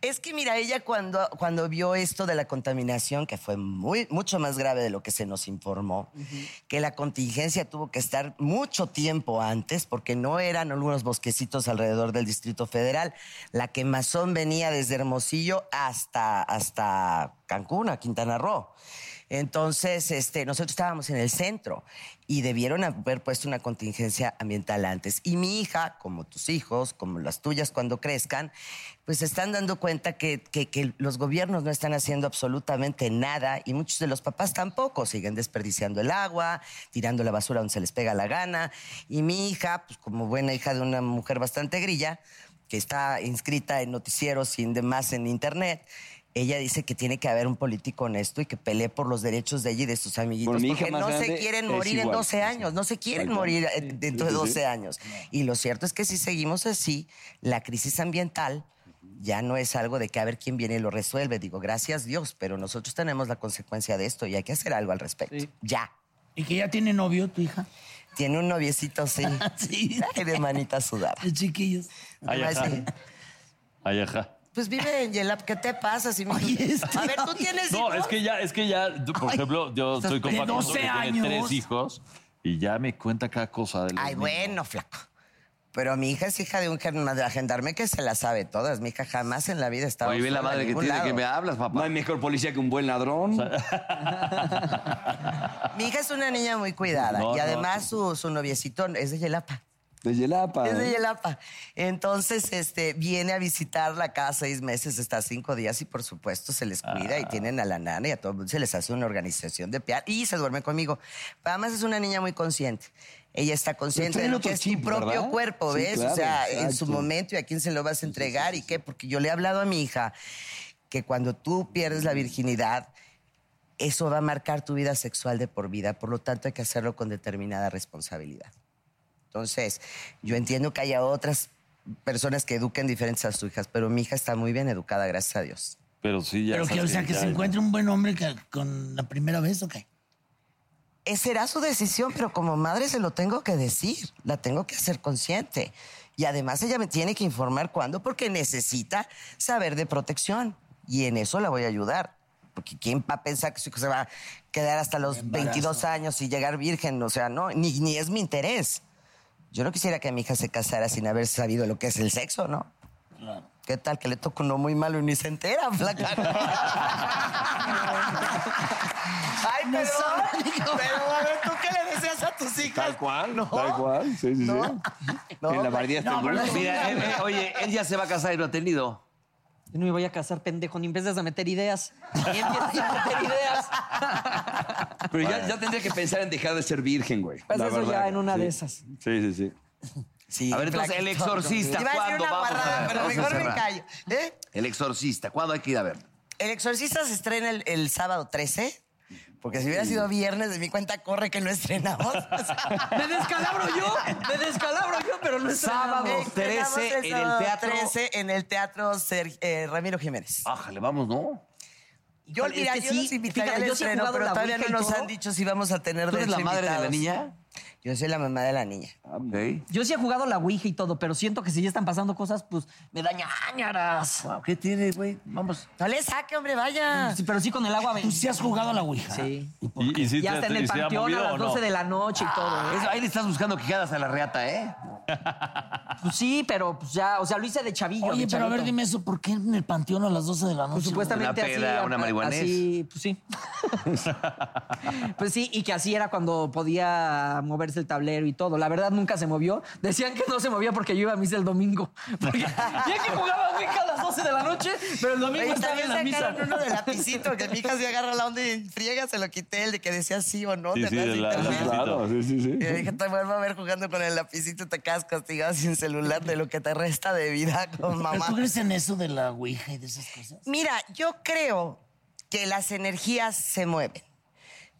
S6: Es que mira, ella cuando, cuando vio esto de la contaminación, que fue muy, mucho más grave de lo que se nos informó, que la contingencia tuvo que estar mucho tiempo antes, porque no eran algunos bosquecitos alrededor del Distrito Federal. La quemazón venía desde Hermosillo hasta, hasta Cancún, a Quintana Roo. Entonces, este, nosotros estábamos en el centro y debieron haber puesto una contingencia ambiental antes. Y mi hija, como tus hijos, como las tuyas cuando crezcan, pues se están dando cuenta que, que- que los gobiernos no están haciendo absolutamente nada y muchos de los papás tampoco. Siguen desperdiciando el agua, tirando la basura donde se les pega la gana. Y mi hija, pues como buena hija de una mujer bastante grilla, que está inscrita en noticieros y en demás en internet, ella dice que tiene que haber un político honesto y que pelee por los derechos de ella y de sus amiguitos.
S9: Bueno, mi hija
S6: porque
S9: más
S6: no se
S9: grande
S6: quieren
S9: es
S6: morir en
S9: igual,
S6: 12 años, no se
S9: Tal
S6: quieren
S9: cual.
S6: morir eh,
S9: Sí, sí,
S6: dentro de
S9: sí,
S6: 12
S9: sí.
S6: años. Y lo cierto es que si seguimos así, la crisis ambiental ya no es algo de que a ver quién viene y lo resuelve. Digo, gracias Dios, pero nosotros tenemos la consecuencia de esto y hay que hacer algo al respecto. Ya.
S8: ¿Y que ya tiene novio tu hija?
S6: Tiene un
S9: (laughs)
S6: noviecito, sí.
S8: sí.
S6: Ay, de manita sudada.
S8: chiquillos.
S4: Ay,
S6: Nomás
S4: ajá.
S6: sí.
S4: Ay, ajá.
S6: Pues vive en Yelap, ¿qué te pasa? Si me- (laughs) A ver, tú tienes
S4: No,
S6: hijos?
S4: es que ya, es que ya, tú, por
S6: Ay,
S4: ejemplo, yo
S6: estás
S4: estoy con
S6: de
S4: Facundo,
S6: 12
S4: que tiene
S6: años.
S4: tres hijos y ya me cuenta cada cosa de los
S6: Ay,
S4: niños.
S6: bueno, flaco. Pero mi hija es hija de un gen- de la gendarme que se la sabe todas. Mi hija jamás en la vida estaba.
S9: Oye, ve la
S6: sola en
S9: madre que
S6: ningún
S9: tiene
S6: lado.
S9: que me hablas, papá. No hay mejor policía que un buen ladrón.
S6: Mi hija es una niña muy cuidada.
S9: No,
S6: y
S9: no,
S6: además su, su noviecito es de Yelapa.
S9: De Yelapa.
S6: Es de
S9: ¿eh?
S6: Yelapa. Entonces, este, viene a visitar la casa seis meses, está cinco días y por supuesto se les cuida
S9: Ah.
S6: y tienen a la nana y a todo el mundo se les hace una organización de piar y se duerme conmigo. Además es una niña muy consciente. Ella está consciente
S9: traen
S6: de lo
S9: otro
S6: que es
S9: chip,
S6: su propio
S9: ¿verdad?
S6: cuerpo,
S9: Sí,
S6: ¿ves?
S9: claro,
S6: o sea, en
S9: exacto.
S6: su momento y a quién se lo vas a entregar y qué, porque yo le he hablado a mi hija que cuando tú pierdes la virginidad, eso va a marcar tu vida sexual de por vida, por lo tanto hay que hacerlo con determinada responsabilidad. Entonces, yo entiendo que haya otras personas que eduquen diferentes a sus hijas, pero mi hija está muy bien educada, gracias a Dios.
S4: Pero sí, ya.
S8: Pero que, o
S4: sabes
S8: sea, que
S4: ya-
S8: se encuentre un buen hombre que- con la primera vez, ¿o qué?
S6: Eh, Será su decisión, pero como madre se lo tengo que decir, la tengo que hacer consciente. Y además ella me tiene que informar cuándo, porque necesita saber de protección. Y en eso la voy a ayudar. Porque ¿quién va a pensar que su hija se va a quedar hasta los 22 años y llegar virgen? O sea, no, ni, ni es mi interés. Yo no quisiera que mi hija se casara sin haber sabido lo que es el sexo, ¿no? ¿Qué tal que le toca uno muy malo y ni se entera, flaca? Ay,
S8: No
S6: pero,
S8: sabe, digo.
S6: pero, a ver, ¿tú qué le deseas a tus hijas?
S9: Tal cual, eh, Tal cual, sí, sí, sí. en la bardía está en Bruno.
S3: Mira, él- él- oye, él ya se va a casar y no ha tenido.
S2: Yo no me voy a casar, pendejo, ni empiezas a meter ideas. Ni empiezas a meter ideas.
S9: Pero ya, ya tendría que pensar en dejar de ser virgen, güey.
S2: Pues
S9: la
S2: eso
S9: verdad.
S2: ya en una
S9: Sí.
S2: de esas.
S9: Sí, sí, sí.
S6: Sí,
S3: A ver, entonces, el exorcista,
S6: Iba a decir
S3: ¿cuándo?
S6: una
S3: Vamos a
S6: guarrada,
S3: ver,
S6: pero
S3: vamos a
S6: mejor me
S3: cerrar.
S6: callo. ¿Eh?
S3: El exorcista, ¿cuándo hay que ir a ver?
S6: El Exorcista se estrena el, el sábado 13. Porque si hubiera sido viernes, de mi cuenta corre que no estrenamos. (laughs)
S2: Me descalabro yo, me descalabro yo, pero no
S3: Sábado
S2: estrenamos.
S3: 13 en el
S6: sábado
S3: teatro.
S6: 13 en el teatro Ser- eh, Ramiro Jiménez.
S3: Ájale, vamos, ¿no?
S6: Yo,
S2: Híjole,
S6: mira,
S2: es que
S6: yo
S2: sí,
S6: los invitaría
S2: fíjate,
S6: al
S2: yo sí he
S6: estreno,
S2: jugado
S6: pero
S2: la
S6: todavía no
S2: Ouija y
S6: nos
S2: todo.
S6: han dicho si vamos a tener
S3: ¿Tú eres
S6: de hecho
S3: la madre de la
S6: invitados.
S3: niña?
S6: Yo soy la mamá de la niña.
S3: Ok.
S2: Yo sí he jugado la Ouija y todo, pero siento que si ya están pasando cosas, pues me daña ñaras.
S3: ¿Qué tiene, güey? Vamos.
S6: No le saque, hombre, vaya.
S2: Sí, Pero sí con el agua.
S8: Tú sí has jugado a la Ouija.
S2: Sí.
S4: Y, y sí
S2: Y
S4: te-
S2: hasta en
S4: y
S2: el
S4: se ha
S2: panteón
S4: movido
S2: a
S4: o
S2: las
S4: no?
S2: 12 de la noche y todo.
S3: Eso,
S4: Ah.
S2: ¿eh?
S3: ahí le estás buscando quijadas a la reata, ¿eh?
S2: Pues sí, pero pues ya, o sea, lo hice de chavillo.
S8: Oye,
S2: de
S8: pero a ver,
S2: chavito.
S8: dime eso, ¿por qué en el panteón a las 12 de la noche?
S2: Pues supuestamente
S3: Una
S2: así.
S3: peda, una
S2: a-
S3: marihuanés.
S2: Así, pues sí. pues sí, y que así era cuando podía moverse el tablero y (laughs) todo. La verdad, nunca se movió. Decían que no se movía porque yo iba a misa el domingo. Porque ya que jugaba pública a las 12 de la noche, pero el domingo
S6: Oye,
S2: estaba en
S6: también
S2: Pues la misa.
S6: sacaron uno de lapicito, que mi hija se agarra la onda y en friega se lo quité, el de que decía sí o no.
S9: Sí,
S6: ¿te
S9: sí,
S6: acuerdas?
S9: el la-
S6: Internet.
S9: lapicito. Sí, sí, sí.
S6: Y dije, te vuelvo a ver jugando con el lapicito, te quedas castigado sin celular de lo que te resta de vida con
S8: ¿Pero
S6: mamá.
S8: ¿Tú crees en eso de la ouija y de esas cosas?
S6: Mira, yo creo que las energías se mueven.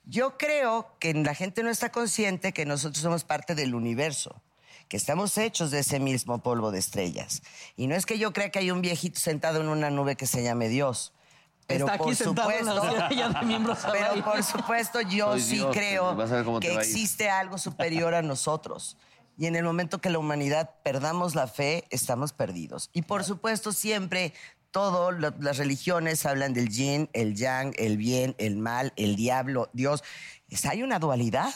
S6: Yo creo que la gente no está consciente que nosotros somos parte del universo, que estamos hechos de ese mismo polvo de estrellas. Y no es que yo crea que hay un viejito sentado en una nube que se llame Dios. Pero
S2: (laughs) Está aquí
S6: por
S2: sentado en la
S6: supuesto,
S2: silla de miembros al aire.
S6: pero por supuesto yo
S3: Soy
S6: sí
S3: Dios,
S6: creo
S3: vas a ver cómo te
S6: que
S3: va a ir.
S6: existe algo superior a nosotros. Y en el momento que la humanidad perdamos la fe, estamos perdidos. Y por supuesto, siempre todo, lo- las religiones hablan del yin, el yang, el bien, el mal, el diablo, Dios. Es- hay una dualidad.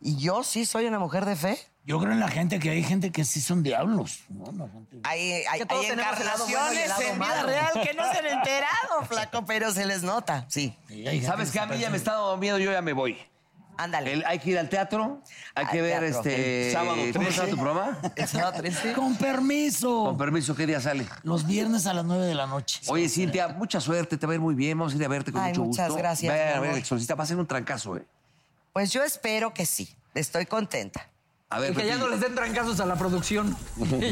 S6: Y yo sí soy una mujer de fe.
S8: Yo creo en la gente que hay gente que sí son diablos. ¿no? La gente-
S6: Hay, hay,
S8: Que todos
S6: hay
S8: tenemos el lado bueno y el
S6: encarnaciones
S8: lado
S6: en vida
S8: malo.
S6: real que no se han enterado, flaco, pero se les nota, sí.
S3: ¿Sabes qué? A mí ya me está dando miedo, yo ya me voy.
S6: Ándale.
S3: hay que ir al teatro, hay que
S6: Al
S3: ver
S6: teatro.
S3: este.
S8: El sábado
S3: ¿Cómo se llama
S8: 13.
S3: tu (laughs) programa?
S8: Con permiso.
S3: Con permiso, ¿qué día sale?
S8: Los viernes a las 9 de la noche.
S3: Oye, Cintia, mucha suerte, te va a ir muy bien, vamos a ir a verte con
S6: Ay,
S3: mucho gusto.
S6: muchas gracias,
S3: Ve
S6: mi
S3: a ver,
S6: amor.
S3: el exorcista, va a ser un trancazo, ¿eh?
S6: Pues yo espero que sí. Estoy contenta.
S3: A ver,
S2: Y que ya no les den trancazos a la producción.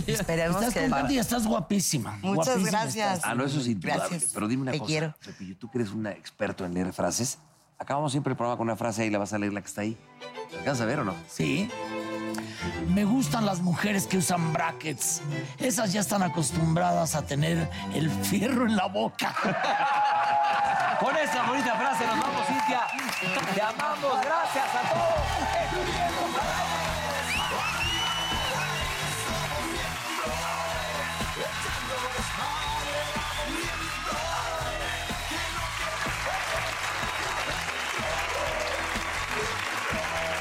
S6: Esperemos
S8: Estás
S6: que no.
S8: contenta y estás guapísima.
S6: Muchas
S8: Guapísima
S6: gracias.
S8: estás.
S3: Ah, no, eso sí.
S6: Gracias.
S3: Pero dime una
S6: Te
S3: cosa.
S6: quiero.
S3: Pepillo, tú que eres un experto en leer frases, acabamos siempre el programa con una frase ahí, la vas a leer la que está ahí. ¿La alcanzas a ver o no?
S8: Sí. Me gustan las mujeres que usan brackets. Esas ya están acostumbradas a tener el fierro en la boca.
S3: Con esta bonita frase nos vamos, Cintia.
S2: Te amamos, gracias a todos.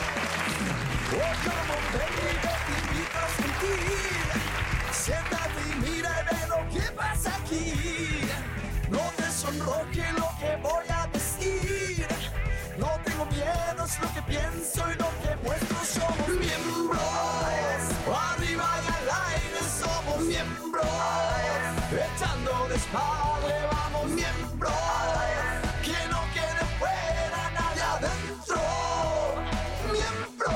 S10: Oh, come on, baby, yo te invito a sentir. Siéntate y mira y ve lo que pasa aquí. No te sonroje lo que voy a decir. No tengo miedo, es lo que pienso y lo que muestro. Somos miembros. Arriba y al aire somos miembros. Echando desmadre vamos miembros. Que no quede fuera nadie adentro. Miembros.